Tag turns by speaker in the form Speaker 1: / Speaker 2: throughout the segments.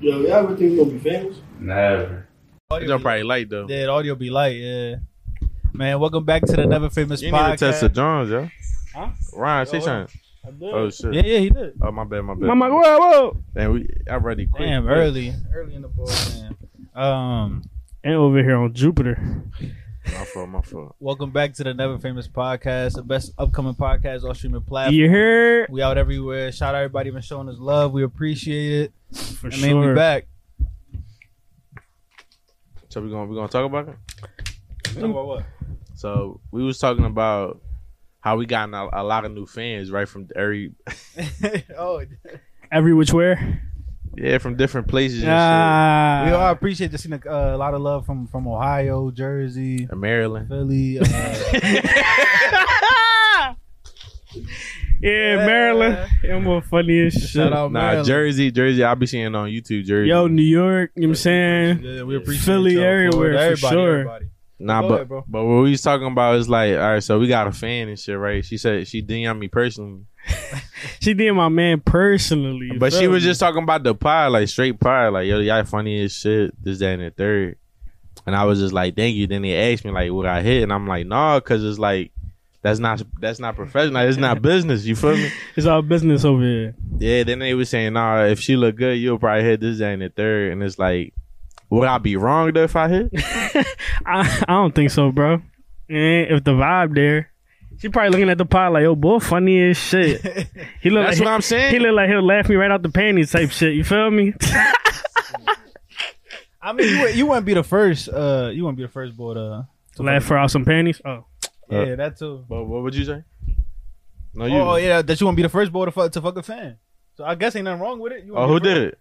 Speaker 1: Yo, y'all ever think we gonna be famous?
Speaker 2: Never.
Speaker 3: That joint probably light though.
Speaker 4: That audio be light, yeah. Man, welcome back to the Never Famous
Speaker 3: You need to test the
Speaker 4: podcast.
Speaker 3: Johns, yo.
Speaker 4: Huh?
Speaker 3: Ryan, say
Speaker 4: Yo,
Speaker 3: something.
Speaker 1: I did.
Speaker 3: Oh shit.
Speaker 4: Yeah, yeah, he did.
Speaker 3: Oh my bad, my bad.
Speaker 2: I'm like, whoa, whoa.
Speaker 3: Damn, we I ready quick.
Speaker 4: Damn, early, early in the ball, man. Um,
Speaker 5: And over here on Jupiter.
Speaker 3: My fault, my fault.
Speaker 4: welcome back to the Never Famous podcast, the best upcoming podcast on streaming platform.
Speaker 5: You hear?
Speaker 4: We out everywhere. Shout out everybody been showing us love. We appreciate it.
Speaker 5: For
Speaker 4: I mean, we back.
Speaker 3: So we gonna we gonna talk about it.
Speaker 4: Talk about what?
Speaker 3: So we was talking about how we gotten a, a lot of new fans, right? From every
Speaker 4: oh,
Speaker 5: Every which where?
Speaker 3: yeah, from different places. and
Speaker 5: Ah.
Speaker 4: we all appreciate just seeing a, uh, a lot of love from from Ohio, Jersey,
Speaker 3: shit. And Maryland.
Speaker 4: Philly. Uh,
Speaker 5: Yeah, Maryland. You're more funny as shit.
Speaker 4: shout out
Speaker 3: nah,
Speaker 4: Maryland.
Speaker 3: Jersey, Jersey. I'll be seeing on YouTube. Jersey.
Speaker 5: Yo, New York. You know what I'm saying?
Speaker 4: Yeah, we appreciate
Speaker 5: Philly,
Speaker 4: y'all. Florida,
Speaker 5: everywhere, for
Speaker 4: everybody,
Speaker 5: sure. Ah,
Speaker 4: everybody.
Speaker 3: Nah,
Speaker 4: Go
Speaker 3: but
Speaker 4: ahead, bro.
Speaker 3: but what we was talking about is like, all right, so we got a fan and shit, right? She said she DM me personally,
Speaker 5: She did my man personally. you
Speaker 3: but she
Speaker 5: feel
Speaker 3: was
Speaker 5: me?
Speaker 3: just talking about the pie, like straight pie, like yo, y'all funny as shit, this, that, and the third. And I was just like, thank you. Then they asked me like, what I hit, and I'm like, nah, cause it's like, that's not that's not professional, it's not business. You feel me?
Speaker 5: It's all business over here.
Speaker 3: Yeah, then they was saying, nah, if she look good, you'll probably hit this, that, and the third. And it's like, would I be wrong though if I hit?
Speaker 5: I, I don't think so, bro. Eh, if the vibe there, she probably looking at the pot like, yo, boy, funny as shit. He look
Speaker 3: That's
Speaker 5: like
Speaker 3: what I'm
Speaker 5: he,
Speaker 3: saying.
Speaker 5: look like he'll laugh me right out the panties type shit. You feel me?
Speaker 4: I mean, you, wouldn't- you wouldn't be the first. Uh, you wouldn't be the first boy to, to
Speaker 5: laugh her out some panties. Oh,
Speaker 4: Yeah, that too.
Speaker 3: But what would you say? No, Uh, you.
Speaker 4: Oh yeah, that you wouldn't be the first boy to fuck to fuck a fan. So I guess ain't nothing wrong with it. You
Speaker 3: Oh, who did it?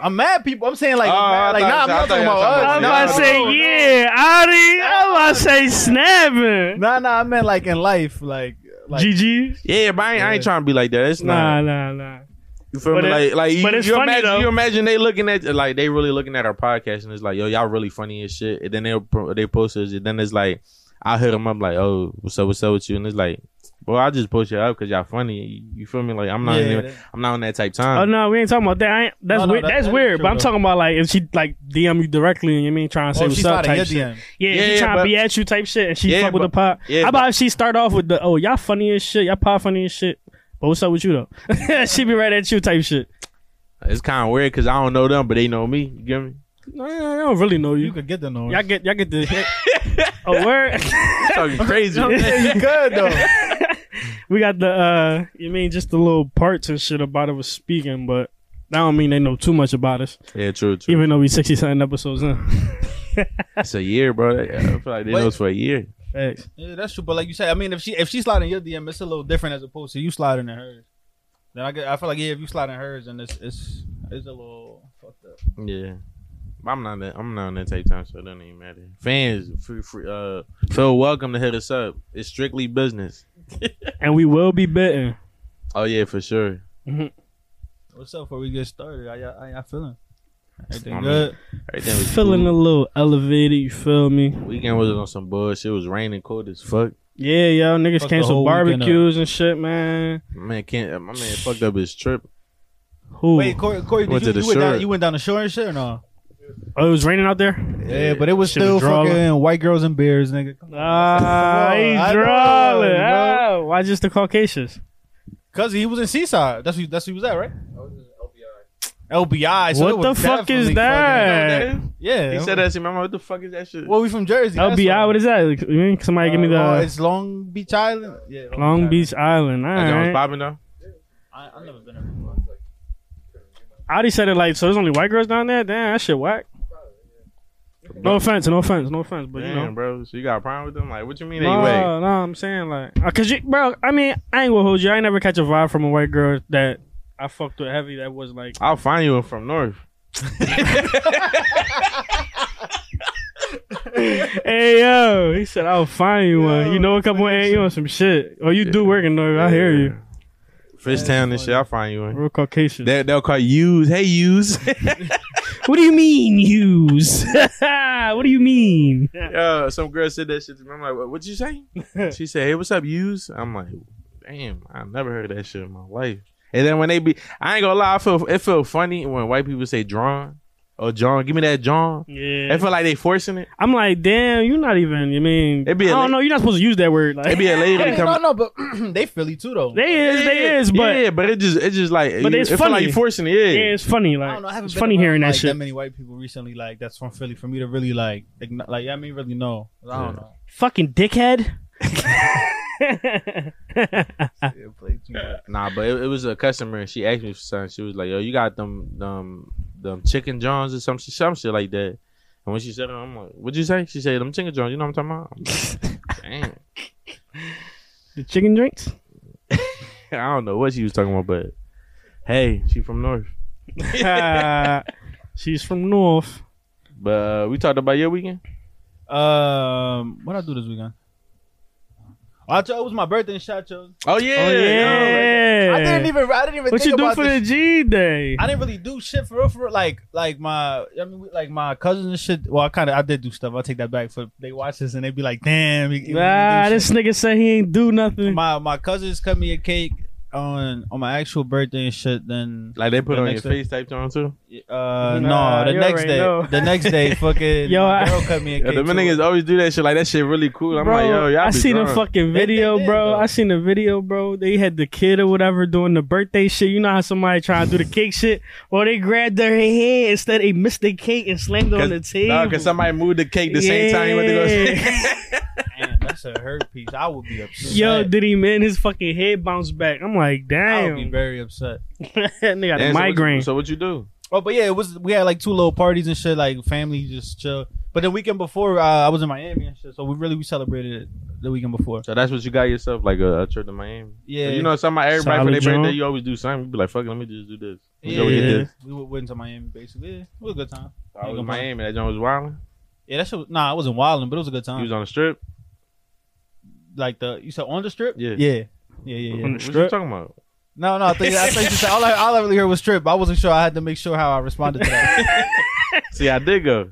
Speaker 4: I'm mad people. I'm saying like,
Speaker 3: Oh,
Speaker 4: I'm mad-
Speaker 3: I
Speaker 4: like
Speaker 3: thought-
Speaker 4: nah, I'm
Speaker 3: I
Speaker 4: not
Speaker 3: thought
Speaker 4: talking
Speaker 3: y'all
Speaker 4: about
Speaker 3: talking
Speaker 4: us.
Speaker 5: I was
Speaker 3: No,
Speaker 5: about to
Speaker 3: no,
Speaker 5: say
Speaker 4: no.
Speaker 5: yeah, Audi. I was about to say snapping.
Speaker 4: Nah, nah, I meant like in life, like like
Speaker 5: GG.
Speaker 3: Yeah, but I ain't, I ain't
Speaker 4: Yeah.
Speaker 3: trying to be like that. It's
Speaker 5: Nah,
Speaker 3: not.
Speaker 5: nah, nah.
Speaker 3: You feel
Speaker 5: But
Speaker 3: me?
Speaker 5: it-
Speaker 3: like, like you,
Speaker 5: but it's
Speaker 3: you
Speaker 5: funny,
Speaker 3: imagine,
Speaker 5: though.
Speaker 3: you imagine they looking at like they really looking at our podcast and it's like, yo, y'all really funny as shit. And then they they post us, and then it's like, I hit them up like, oh, what's up, what's up with you? And it's like, well, I just post you up because y'all funny. You, feel me? Like I'm not,
Speaker 4: Yeah,
Speaker 3: even,
Speaker 4: that-
Speaker 3: I'm not on that type time.
Speaker 5: Oh no, we ain't talking about that. I ain't, that's
Speaker 4: No, no,
Speaker 5: weird.
Speaker 4: that-
Speaker 5: that's
Speaker 4: that is
Speaker 5: weird.
Speaker 4: true,
Speaker 5: but I'm
Speaker 4: though.
Speaker 5: talking about like if she like DM you directly and you mean trying to say
Speaker 4: oh,
Speaker 5: what's
Speaker 4: she's
Speaker 5: up
Speaker 4: not in
Speaker 5: type
Speaker 4: your
Speaker 5: shit.
Speaker 4: DM.
Speaker 5: Yeah,
Speaker 3: Yeah,
Speaker 5: she trying
Speaker 3: but-
Speaker 5: to be at you type shit, and she
Speaker 3: Yeah,
Speaker 5: fuck with
Speaker 3: but-
Speaker 5: the pop.
Speaker 3: yeah,
Speaker 5: How about if she start off with the oh y'all funny as shit, y'all pop funny as shit. But what's up with you though? she be right at you type shit.
Speaker 3: It's kind of weird because I don't know them, but they know me. You get me?
Speaker 5: No, I don't really know
Speaker 4: You
Speaker 5: you.
Speaker 4: could get the noise.
Speaker 5: Y'all get y'all get the hit. oh word.
Speaker 3: Talking crazy.
Speaker 4: you could though.
Speaker 5: we got the uh you mean just the little parts and shit about it was speaking, but that don't mean they know too much about us.
Speaker 3: yeah, true, true.
Speaker 5: Even though we sixty something episodes in.
Speaker 3: it's a year, bro. I feel like they know it's for a year.
Speaker 5: Facts.
Speaker 4: Yeah, that's true. But like you said, I mean, if she if she sliding your DM, it's a little different as opposed to you sliding in hers. Then I get, I feel like yeah, if you sliding hers, and it's it's it's a little fucked up.
Speaker 3: Yeah. I'm not that I'm not on that type of time, so it doesn't even matter. Fans, free, free, uh, feel welcome to hit us up. It's strictly business.
Speaker 5: And we will be bitten.
Speaker 3: Oh yeah, for sure.
Speaker 4: What's up? Before we get started, how y'all, how y'all feeling?
Speaker 3: I
Speaker 4: Everything
Speaker 3: mean-
Speaker 4: good?
Speaker 3: Right then, was
Speaker 5: Feeling a
Speaker 3: cool.
Speaker 5: little elevated, you feel me?
Speaker 3: weekend was on some bullshit. It was raining cold as fuck.
Speaker 5: Yeah, y'all niggas
Speaker 4: Fuck the
Speaker 5: cancel
Speaker 4: whole weekend up.
Speaker 5: barbecues and shit, man.
Speaker 3: My man can't. My man fucked up his trip.
Speaker 5: Who?
Speaker 4: Wait, Corey, Corey did
Speaker 3: Went
Speaker 4: you,
Speaker 3: to the
Speaker 4: you, went
Speaker 3: shore.
Speaker 4: down, you went down the shore and shit or no?
Speaker 5: oh, it was raining out there.
Speaker 4: Yeah, but it was
Speaker 5: Shit
Speaker 4: still
Speaker 5: was drawing.
Speaker 4: fucking white girls and beers, nigga. Come on.
Speaker 5: Ah,
Speaker 4: Bro, I
Speaker 5: he's
Speaker 4: know,
Speaker 5: drawing.
Speaker 4: bro.
Speaker 5: Ah, why just the Caucasians?
Speaker 4: Cause he was in Seaside. That's who that's who he was at, right? LBI. So it
Speaker 5: what
Speaker 4: was
Speaker 5: the fuck is
Speaker 4: definitely
Speaker 5: that?
Speaker 4: fucking- yeah,
Speaker 3: He said that to me. I'm like, What the fuck is that shit?
Speaker 4: Well, we from Jersey. that's
Speaker 5: LBI,
Speaker 4: why.
Speaker 5: what is that? Like, you mean Somebody give me the
Speaker 4: Uh, oh, it's Long Beach Island. Yeah,
Speaker 5: Long Beach Island. All
Speaker 3: That joint was
Speaker 5: right.
Speaker 3: popping though.
Speaker 4: I, I've never been there before.
Speaker 5: Adi said it like, so there's only white girls down there? Damn, that shit whack. No offense, no offense, no offense, but
Speaker 3: Damn,
Speaker 5: you know.
Speaker 3: bro. So you got a problem with them? Like, what you mean?
Speaker 5: No,
Speaker 3: anyway?
Speaker 5: no, I'm saying like, uh, cause you, bro. I mean, I ain't gonna hold you. I ain't never catch a vibe from a white girl that I fucked with heavy. That was like,
Speaker 3: I'll find you from North.
Speaker 5: hey yo, he said I'll find you one. You know a couple of you on some shit. Oh, you do
Speaker 3: Yeah.
Speaker 5: work in North. I hear you.
Speaker 3: Fishtown and shit. I'll find you. in.
Speaker 5: Real Caucasian.
Speaker 3: They, they'll call you. Hey, use.
Speaker 5: what do you mean use? what do you mean?
Speaker 3: Yeah, some girl said that shit to me. I'm like, "What- what you say? she said, hey, what's up, yous? I'm like, damn, I never heard that shit in my life. And then when they be, I ain't gonna lie, I feel it feel funny when white people say John or John. Give me that John.
Speaker 5: Yeah.
Speaker 3: It feel like they forcing it.
Speaker 5: I'm like, damn, you're not even. I mean,
Speaker 3: It be a
Speaker 5: I
Speaker 3: la-
Speaker 5: don't know. You're not supposed to use that word. Like,
Speaker 3: It be a lady
Speaker 4: Hey,
Speaker 3: that
Speaker 4: no,
Speaker 3: come.
Speaker 4: no, but they Philly too though.
Speaker 5: they is, they
Speaker 3: Yeah,
Speaker 5: is, but
Speaker 3: yeah, but it just it just like
Speaker 5: But it's
Speaker 3: it feel like
Speaker 5: funny.
Speaker 3: you forcing it.
Speaker 5: yeah,
Speaker 3: Yeah.
Speaker 5: it's funny. Like,
Speaker 4: I don't know. I haven't
Speaker 5: it's
Speaker 4: been
Speaker 5: funny
Speaker 4: around,
Speaker 5: hearing that
Speaker 4: like,
Speaker 5: shit.
Speaker 4: That many white people recently, like that's from Philly, for me to really like, like, not- like I mean, really know. I don't know.
Speaker 5: Fucking dickhead.
Speaker 4: Yeah, play too much.
Speaker 3: Nah, but it, it was a customer and she asked me for something. She was like, "Yo, you got them them them chicken johns or some shit, some shit like that." And when she said it, I'm like, "What'd you say?" She said, "Them chicken johns." You know what I'm talking about? I'm like,
Speaker 5: the chicken drinks.
Speaker 3: Damn, I don't know what she was talking about, but hey, she from North.
Speaker 5: Uh, she's from North.
Speaker 3: But uh, we talked about your weekend.
Speaker 4: Um, what I do this weekend? Oh, I told, it was my birthday in Shot Show.
Speaker 3: Oh yeah,
Speaker 5: Oh yeah.
Speaker 4: I didn't even. I didn't even.
Speaker 5: What
Speaker 4: think
Speaker 5: you do
Speaker 4: about
Speaker 5: for
Speaker 4: this
Speaker 5: the G day?
Speaker 4: I didn't really do shit for real, for real. Like, like my, I mean, we- like my cousins and shit. Well, I kind of, I did do stuff. I take that back. For they watch this and they be like, "Damn, he- he really
Speaker 5: Nah,
Speaker 4: do
Speaker 5: this nigga said he ain't do
Speaker 4: shit."
Speaker 5: nothing.
Speaker 4: My my cousins cut me a cake on on my actual birthday and shit. Then,
Speaker 3: Like they put
Speaker 4: The
Speaker 3: on your
Speaker 4: next day.
Speaker 3: face type on too.
Speaker 4: uh, no,
Speaker 5: Nah,
Speaker 4: the
Speaker 5: you
Speaker 4: next
Speaker 5: already
Speaker 4: day,
Speaker 5: know.
Speaker 4: the next day, fucking
Speaker 5: Yo,
Speaker 4: yo,
Speaker 5: I-
Speaker 4: my girl cut me a
Speaker 3: Yeah,
Speaker 4: cake.
Speaker 3: them
Speaker 4: too.
Speaker 3: niggas always do that shit. Like that shit really cool. I'm
Speaker 5: bro,
Speaker 3: like, yo, y'all
Speaker 5: I
Speaker 3: be
Speaker 5: seen
Speaker 3: drunk.
Speaker 5: a fucking
Speaker 4: They- they
Speaker 5: video,
Speaker 4: did,
Speaker 5: bro.
Speaker 4: though.
Speaker 5: I seen a video, bro. They had the kid or whatever doing the birthday shit. You know how somebody trying to do the cake shit? Well, they grabbed their hand instead. They missed the cake and slammed it on the table.
Speaker 3: Nah, cause somebody moved the cake the same time you went to go.
Speaker 5: Yeah.
Speaker 4: Damn, that's a hurt piece. I would be upset.
Speaker 5: Yo, did he man? His fucking head bounced back. I'm like,
Speaker 4: I would be
Speaker 5: damn,
Speaker 4: very upset.
Speaker 5: nigga got a
Speaker 3: Damn, so what you-
Speaker 5: migraine.
Speaker 3: So what you do?
Speaker 4: Oh, but yeah, it was. We had like two little parties and shit, like family just chill. But the weekend before, uh, I was in Miami and shit, so we really we celebrated it the weekend before.
Speaker 3: So that's what you got yourself, like a, a trip to Miami.
Speaker 4: Yeah.
Speaker 3: you know, somebody everybody
Speaker 5: Solid
Speaker 3: for their
Speaker 5: joint.
Speaker 3: birthday, you always do something. You be like, "Fuck, it, let me just do this." We
Speaker 4: Yeah,
Speaker 3: go get
Speaker 5: Yeah.
Speaker 3: this.
Speaker 4: we went- went to Miami basically. Yeah, it was a good time.
Speaker 3: I was
Speaker 4: Yeah.
Speaker 3: in Miami. That joint was wilding.
Speaker 4: Yeah, that shit. Was, nah, I wasn't wilding, but it was a good
Speaker 3: You
Speaker 4: time.
Speaker 3: was on the strip.
Speaker 4: like the you said on the strip.
Speaker 3: Yeah.
Speaker 4: yeah, yeah, yeah. yeah.
Speaker 5: On the
Speaker 3: What you
Speaker 5: strip?
Speaker 3: talking about?
Speaker 4: No, no, I think I think you said all I all I really heard was strip. I wasn't sure. I had to make sure how I responded to that.
Speaker 3: See, I did go.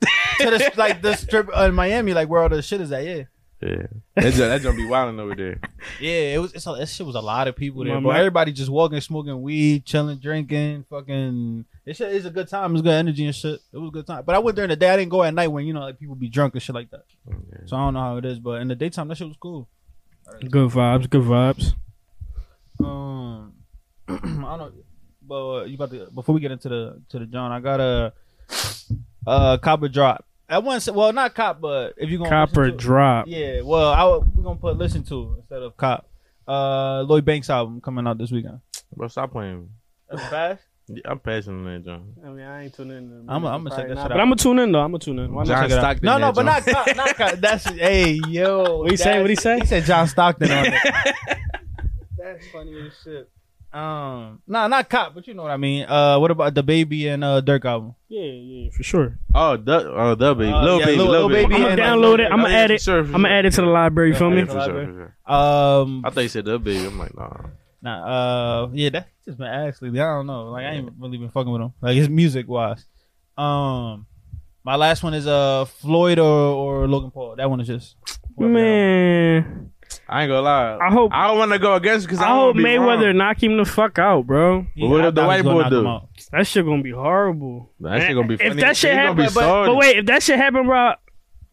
Speaker 4: to the, like the strip in Miami, like where all the shit is at. Yeah,
Speaker 3: Yeah, that joint, that joint be wilding over there.
Speaker 4: yeah. It was. It's a, that shit was a lot of people there,
Speaker 5: My
Speaker 4: bro.
Speaker 5: ma-
Speaker 4: Everybody just walking, smoking weed, chilling, drinking, fucking. It shit is a good time. It was good energy and shit. It was a good time. But I went during the day. I didn't go at night when you know like people be drunk and shit like that. So I don't know how it is, but in the daytime that shit was cool.
Speaker 5: Good vibes, good vibes.
Speaker 4: Um, I don't know, but uh, you about to before we get into the to the John, I got a uh copper drop. I want to well not cop, but if you gonna
Speaker 5: Copper
Speaker 4: listen to-
Speaker 5: drop.
Speaker 4: yeah. Well, I would- we're gonna put listen to instead of cop. Uh, Lloyd Banks album coming out this weekend.
Speaker 3: Bro, stop playing.
Speaker 4: That's fast.
Speaker 3: Yeah, I'm passing on that joint.
Speaker 5: I mean, I ain't tuning in.
Speaker 4: I'ma- I'ma check that shit out.
Speaker 5: But I'm gonna tune in though. I'm gonna tune in. Why not?
Speaker 3: John
Speaker 4: check it out.
Speaker 3: Stockton
Speaker 4: No, no,
Speaker 3: had
Speaker 4: but not
Speaker 3: John-
Speaker 4: cop, not cop. That's hey yo.
Speaker 5: What he say?
Speaker 4: that's-
Speaker 5: What he say?
Speaker 4: He said John Stockton on it. that's funny as shit. Um, nah, not cop, but you know what I mean. Uh, what about the baby and uh Dirk album?
Speaker 5: Yeah, yeah, for sure.
Speaker 3: Oh, the oh, the baby,
Speaker 4: Uh,
Speaker 3: little
Speaker 4: yeah,
Speaker 3: baby,
Speaker 4: Lil-
Speaker 3: little
Speaker 4: Lil
Speaker 3: baby.
Speaker 4: Baby
Speaker 5: I'ma
Speaker 4: and, uh,
Speaker 5: download
Speaker 4: Lil-
Speaker 5: it. I'ma
Speaker 3: yeah,
Speaker 5: add
Speaker 3: for
Speaker 5: it.
Speaker 3: sure, for
Speaker 5: I'm gonna
Speaker 3: sure.
Speaker 5: add it to the library. You feel
Speaker 3: Yeah,
Speaker 5: me?
Speaker 3: for sure, for sure.
Speaker 4: Um,
Speaker 3: I thought you said the baby. I'm like, nah.
Speaker 4: nah, uh, yeah, that's just my actually. I don't know. Like, I ain't really been fucking with him. Like, his music wise. Um, my last one is uh Floyd or or Logan Paul. That one is just whoever that one-
Speaker 5: Man,
Speaker 3: I ain't gonna lie.
Speaker 5: I hope. I,
Speaker 3: I don't want to go against because I, don't
Speaker 5: hope
Speaker 3: wanna be wrong.
Speaker 5: Mayweather knock him the fuck out, bro.
Speaker 3: But what
Speaker 4: I
Speaker 3: if the
Speaker 4: thought he was
Speaker 3: white boy
Speaker 4: gonna knock him
Speaker 3: do?
Speaker 4: out.
Speaker 5: That shit gonna be horrible.
Speaker 3: That shit gonna be funny.
Speaker 5: If that shit
Speaker 3: It's gonna
Speaker 5: happen,
Speaker 3: be
Speaker 5: but, but
Speaker 3: sorted.
Speaker 5: wait, if that shit happen, bro,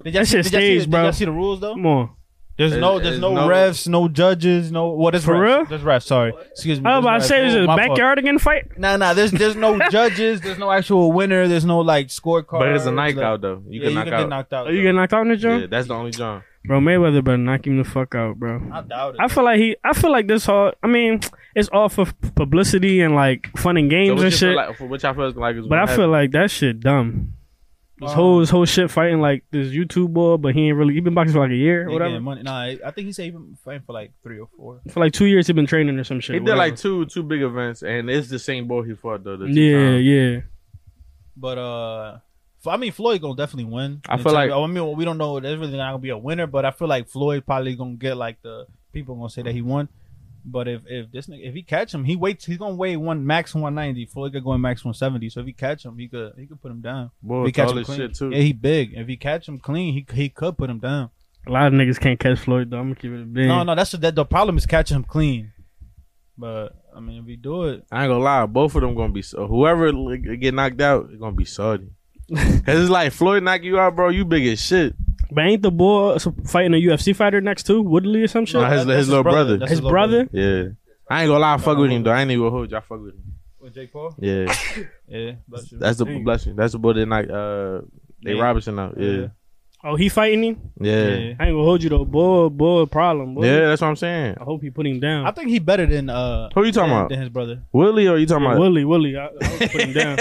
Speaker 4: Did y'all,
Speaker 5: That
Speaker 4: see, did, y'all
Speaker 5: shit
Speaker 4: see,
Speaker 5: stays,
Speaker 4: did
Speaker 5: bro.
Speaker 4: y'all see the rules though?
Speaker 5: come on.
Speaker 4: There's
Speaker 3: There's-
Speaker 4: no, there's
Speaker 3: there's
Speaker 4: no,
Speaker 3: no-
Speaker 4: refs, no judges, no what is
Speaker 5: For
Speaker 4: refs?
Speaker 5: real?
Speaker 4: There's refs. Sorry, excuse me.
Speaker 5: I was about
Speaker 4: there's
Speaker 5: to say,
Speaker 4: refs.
Speaker 5: was
Speaker 4: Oh,
Speaker 5: it a
Speaker 4: my fault.
Speaker 5: backyard again fight?
Speaker 4: Nah, nah. There's there's no judges. There's no actual winner. There's no like scorecard.
Speaker 3: But it's a
Speaker 4: like-
Speaker 3: knockout though. You
Speaker 4: yeah,
Speaker 3: can knock
Speaker 4: you can get
Speaker 3: out.
Speaker 4: knocked out.
Speaker 5: Are Oh, you getting knocked out in the gym?
Speaker 3: Yeah, that's the only John.
Speaker 5: Bro, Mayweather better knock him the fuck out, bro.
Speaker 4: I doubt it.
Speaker 5: I feel like he. I feel like this whole. I mean, it's all for publicity and like fun and
Speaker 3: So
Speaker 5: games
Speaker 3: what you
Speaker 5: and
Speaker 3: feel
Speaker 5: shit.
Speaker 3: like- for- what y'all feel like is
Speaker 5: but
Speaker 3: gonna
Speaker 5: I feel
Speaker 3: happen?
Speaker 5: like that shit dumb. This
Speaker 4: Um,
Speaker 5: whole this whole shit fighting like this YouTube boy, but he ain't really. He been boxing for like a year, or
Speaker 4: He
Speaker 5: whatever.
Speaker 4: getting Money. Nah, I I think he's even fighting for like three or four.
Speaker 5: For like two years, he been training or some shit.
Speaker 3: he did
Speaker 5: whatever.
Speaker 3: like two two big events, and it's the same boy he fought though. The two
Speaker 5: yeah,
Speaker 3: times.
Speaker 5: yeah.
Speaker 4: But uh, F- I mean Floyd gonna definitely win.
Speaker 3: I
Speaker 4: In
Speaker 3: feel
Speaker 4: terms-
Speaker 3: like-
Speaker 4: I mean we don't know. There's really not gonna be a winner, but I feel like Floyd probably gonna get like the people gonna say that he won. But if if this nigga, if he catch him, he waits. He's gonna weigh one max one ninety. Floyd could go in max one seventy. So if he catch him, he could he could put him down.
Speaker 3: Boy,
Speaker 4: He catch
Speaker 3: tall
Speaker 4: him
Speaker 3: as
Speaker 4: clean.
Speaker 3: shit too.
Speaker 4: Yeah, he big. If he catch him clean, he he could put him down.
Speaker 5: A lot of niggas can't catch Floyd though. I'm gonna keep it a big.
Speaker 4: No, no, that's the, the problem is catching him clean. But I mean, if we do it,
Speaker 3: I ain't gonna lie, both of them gonna be so. Whoever li- get knocked out, it's gonna be Saudi. Cause it's like Floyd knock you out, bro. You big as shit.
Speaker 5: But ain't the boy fighting a UFC fighter next to Woodley or some shit?
Speaker 3: Nah, his-
Speaker 4: That's
Speaker 3: little brother.
Speaker 4: That's
Speaker 5: his brother?
Speaker 3: Yeah, I ain't gonna lie. I fuck with him though. I ain't even gonna hold you. I fuck with him.
Speaker 4: With Jake Paul?
Speaker 3: Yeah,
Speaker 4: Yeah, bless you.
Speaker 3: that's the
Speaker 5: Dang.
Speaker 3: bless you. That's the boy that knocked uh, they
Speaker 4: Yeah.
Speaker 3: Robinson out. Yeah,
Speaker 5: Oh, he fighting him?
Speaker 3: yeah, yeah.
Speaker 4: Yeah.
Speaker 5: I ain't gonna hold you though. Boy, boy, problem. Boy.
Speaker 3: that's what I'm saying.
Speaker 5: I hope he put him down.
Speaker 4: I think he better than uh
Speaker 3: Who you talking
Speaker 4: than,
Speaker 3: about?
Speaker 4: than his brother.
Speaker 3: Willie or you talking about?
Speaker 5: Willie, Willie, I, I hope put him down.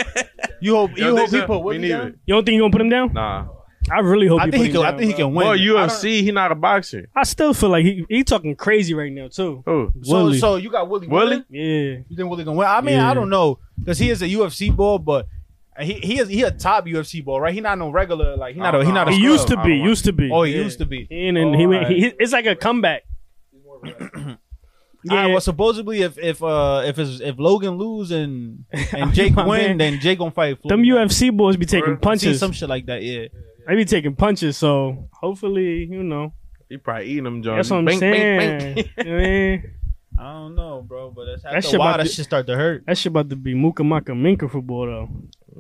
Speaker 4: You hope
Speaker 3: Yo,
Speaker 4: you
Speaker 3: they
Speaker 4: hope he
Speaker 3: said-
Speaker 4: put
Speaker 3: me
Speaker 4: Whitney
Speaker 3: neither.
Speaker 4: down?
Speaker 5: You don't think you gonna put him down?
Speaker 3: Nah,
Speaker 5: I really hope
Speaker 4: I
Speaker 5: you
Speaker 4: think
Speaker 5: put
Speaker 4: he
Speaker 5: him
Speaker 4: could,
Speaker 5: down.
Speaker 4: I think he
Speaker 5: bro.
Speaker 4: can win.
Speaker 3: well
Speaker 4: I don't-
Speaker 3: UFC. He not a boxer.
Speaker 5: I still feel like he, he talking crazy right now too.
Speaker 3: Oh,
Speaker 4: So
Speaker 5: Willie.
Speaker 4: so you got Willie.
Speaker 3: Willie?
Speaker 4: winning?
Speaker 5: Yeah.
Speaker 4: You think Willie gonna win? I mean,
Speaker 5: Yeah.
Speaker 4: I don't know because he is a UFC ball, but he he is he a top UFC ball, right? He not no regular like he not a, he not a
Speaker 5: He
Speaker 4: scrub.
Speaker 5: used to
Speaker 3: I
Speaker 5: be,
Speaker 3: don't want-
Speaker 5: used to be.
Speaker 4: Oh, he
Speaker 5: Yeah.
Speaker 4: used to be.
Speaker 5: And, and
Speaker 4: Oh,
Speaker 5: he,
Speaker 4: alright.
Speaker 5: he, he it's like a comeback.
Speaker 4: All right,
Speaker 5: Yeah.
Speaker 4: well, supposedly if if uh if it's, if Logan lose and and Jake
Speaker 5: My
Speaker 4: win,
Speaker 5: man.
Speaker 4: then Jake gonna fight. Floyd.
Speaker 5: Them UFC boys be taking
Speaker 3: Word.
Speaker 4: I seen
Speaker 5: punches.
Speaker 4: some shit like that. Yeah,
Speaker 5: They be taking punches, so hopefully, you know.
Speaker 3: he probably eating them. John.
Speaker 5: That's what I'm saying. You know what I mean?
Speaker 4: I don't know, bro, but that's
Speaker 5: That
Speaker 4: after
Speaker 5: shit
Speaker 4: a
Speaker 5: about
Speaker 4: while that
Speaker 5: to-
Speaker 4: shit start to hurt.
Speaker 5: That shit about to be Muka Maka Minka football though.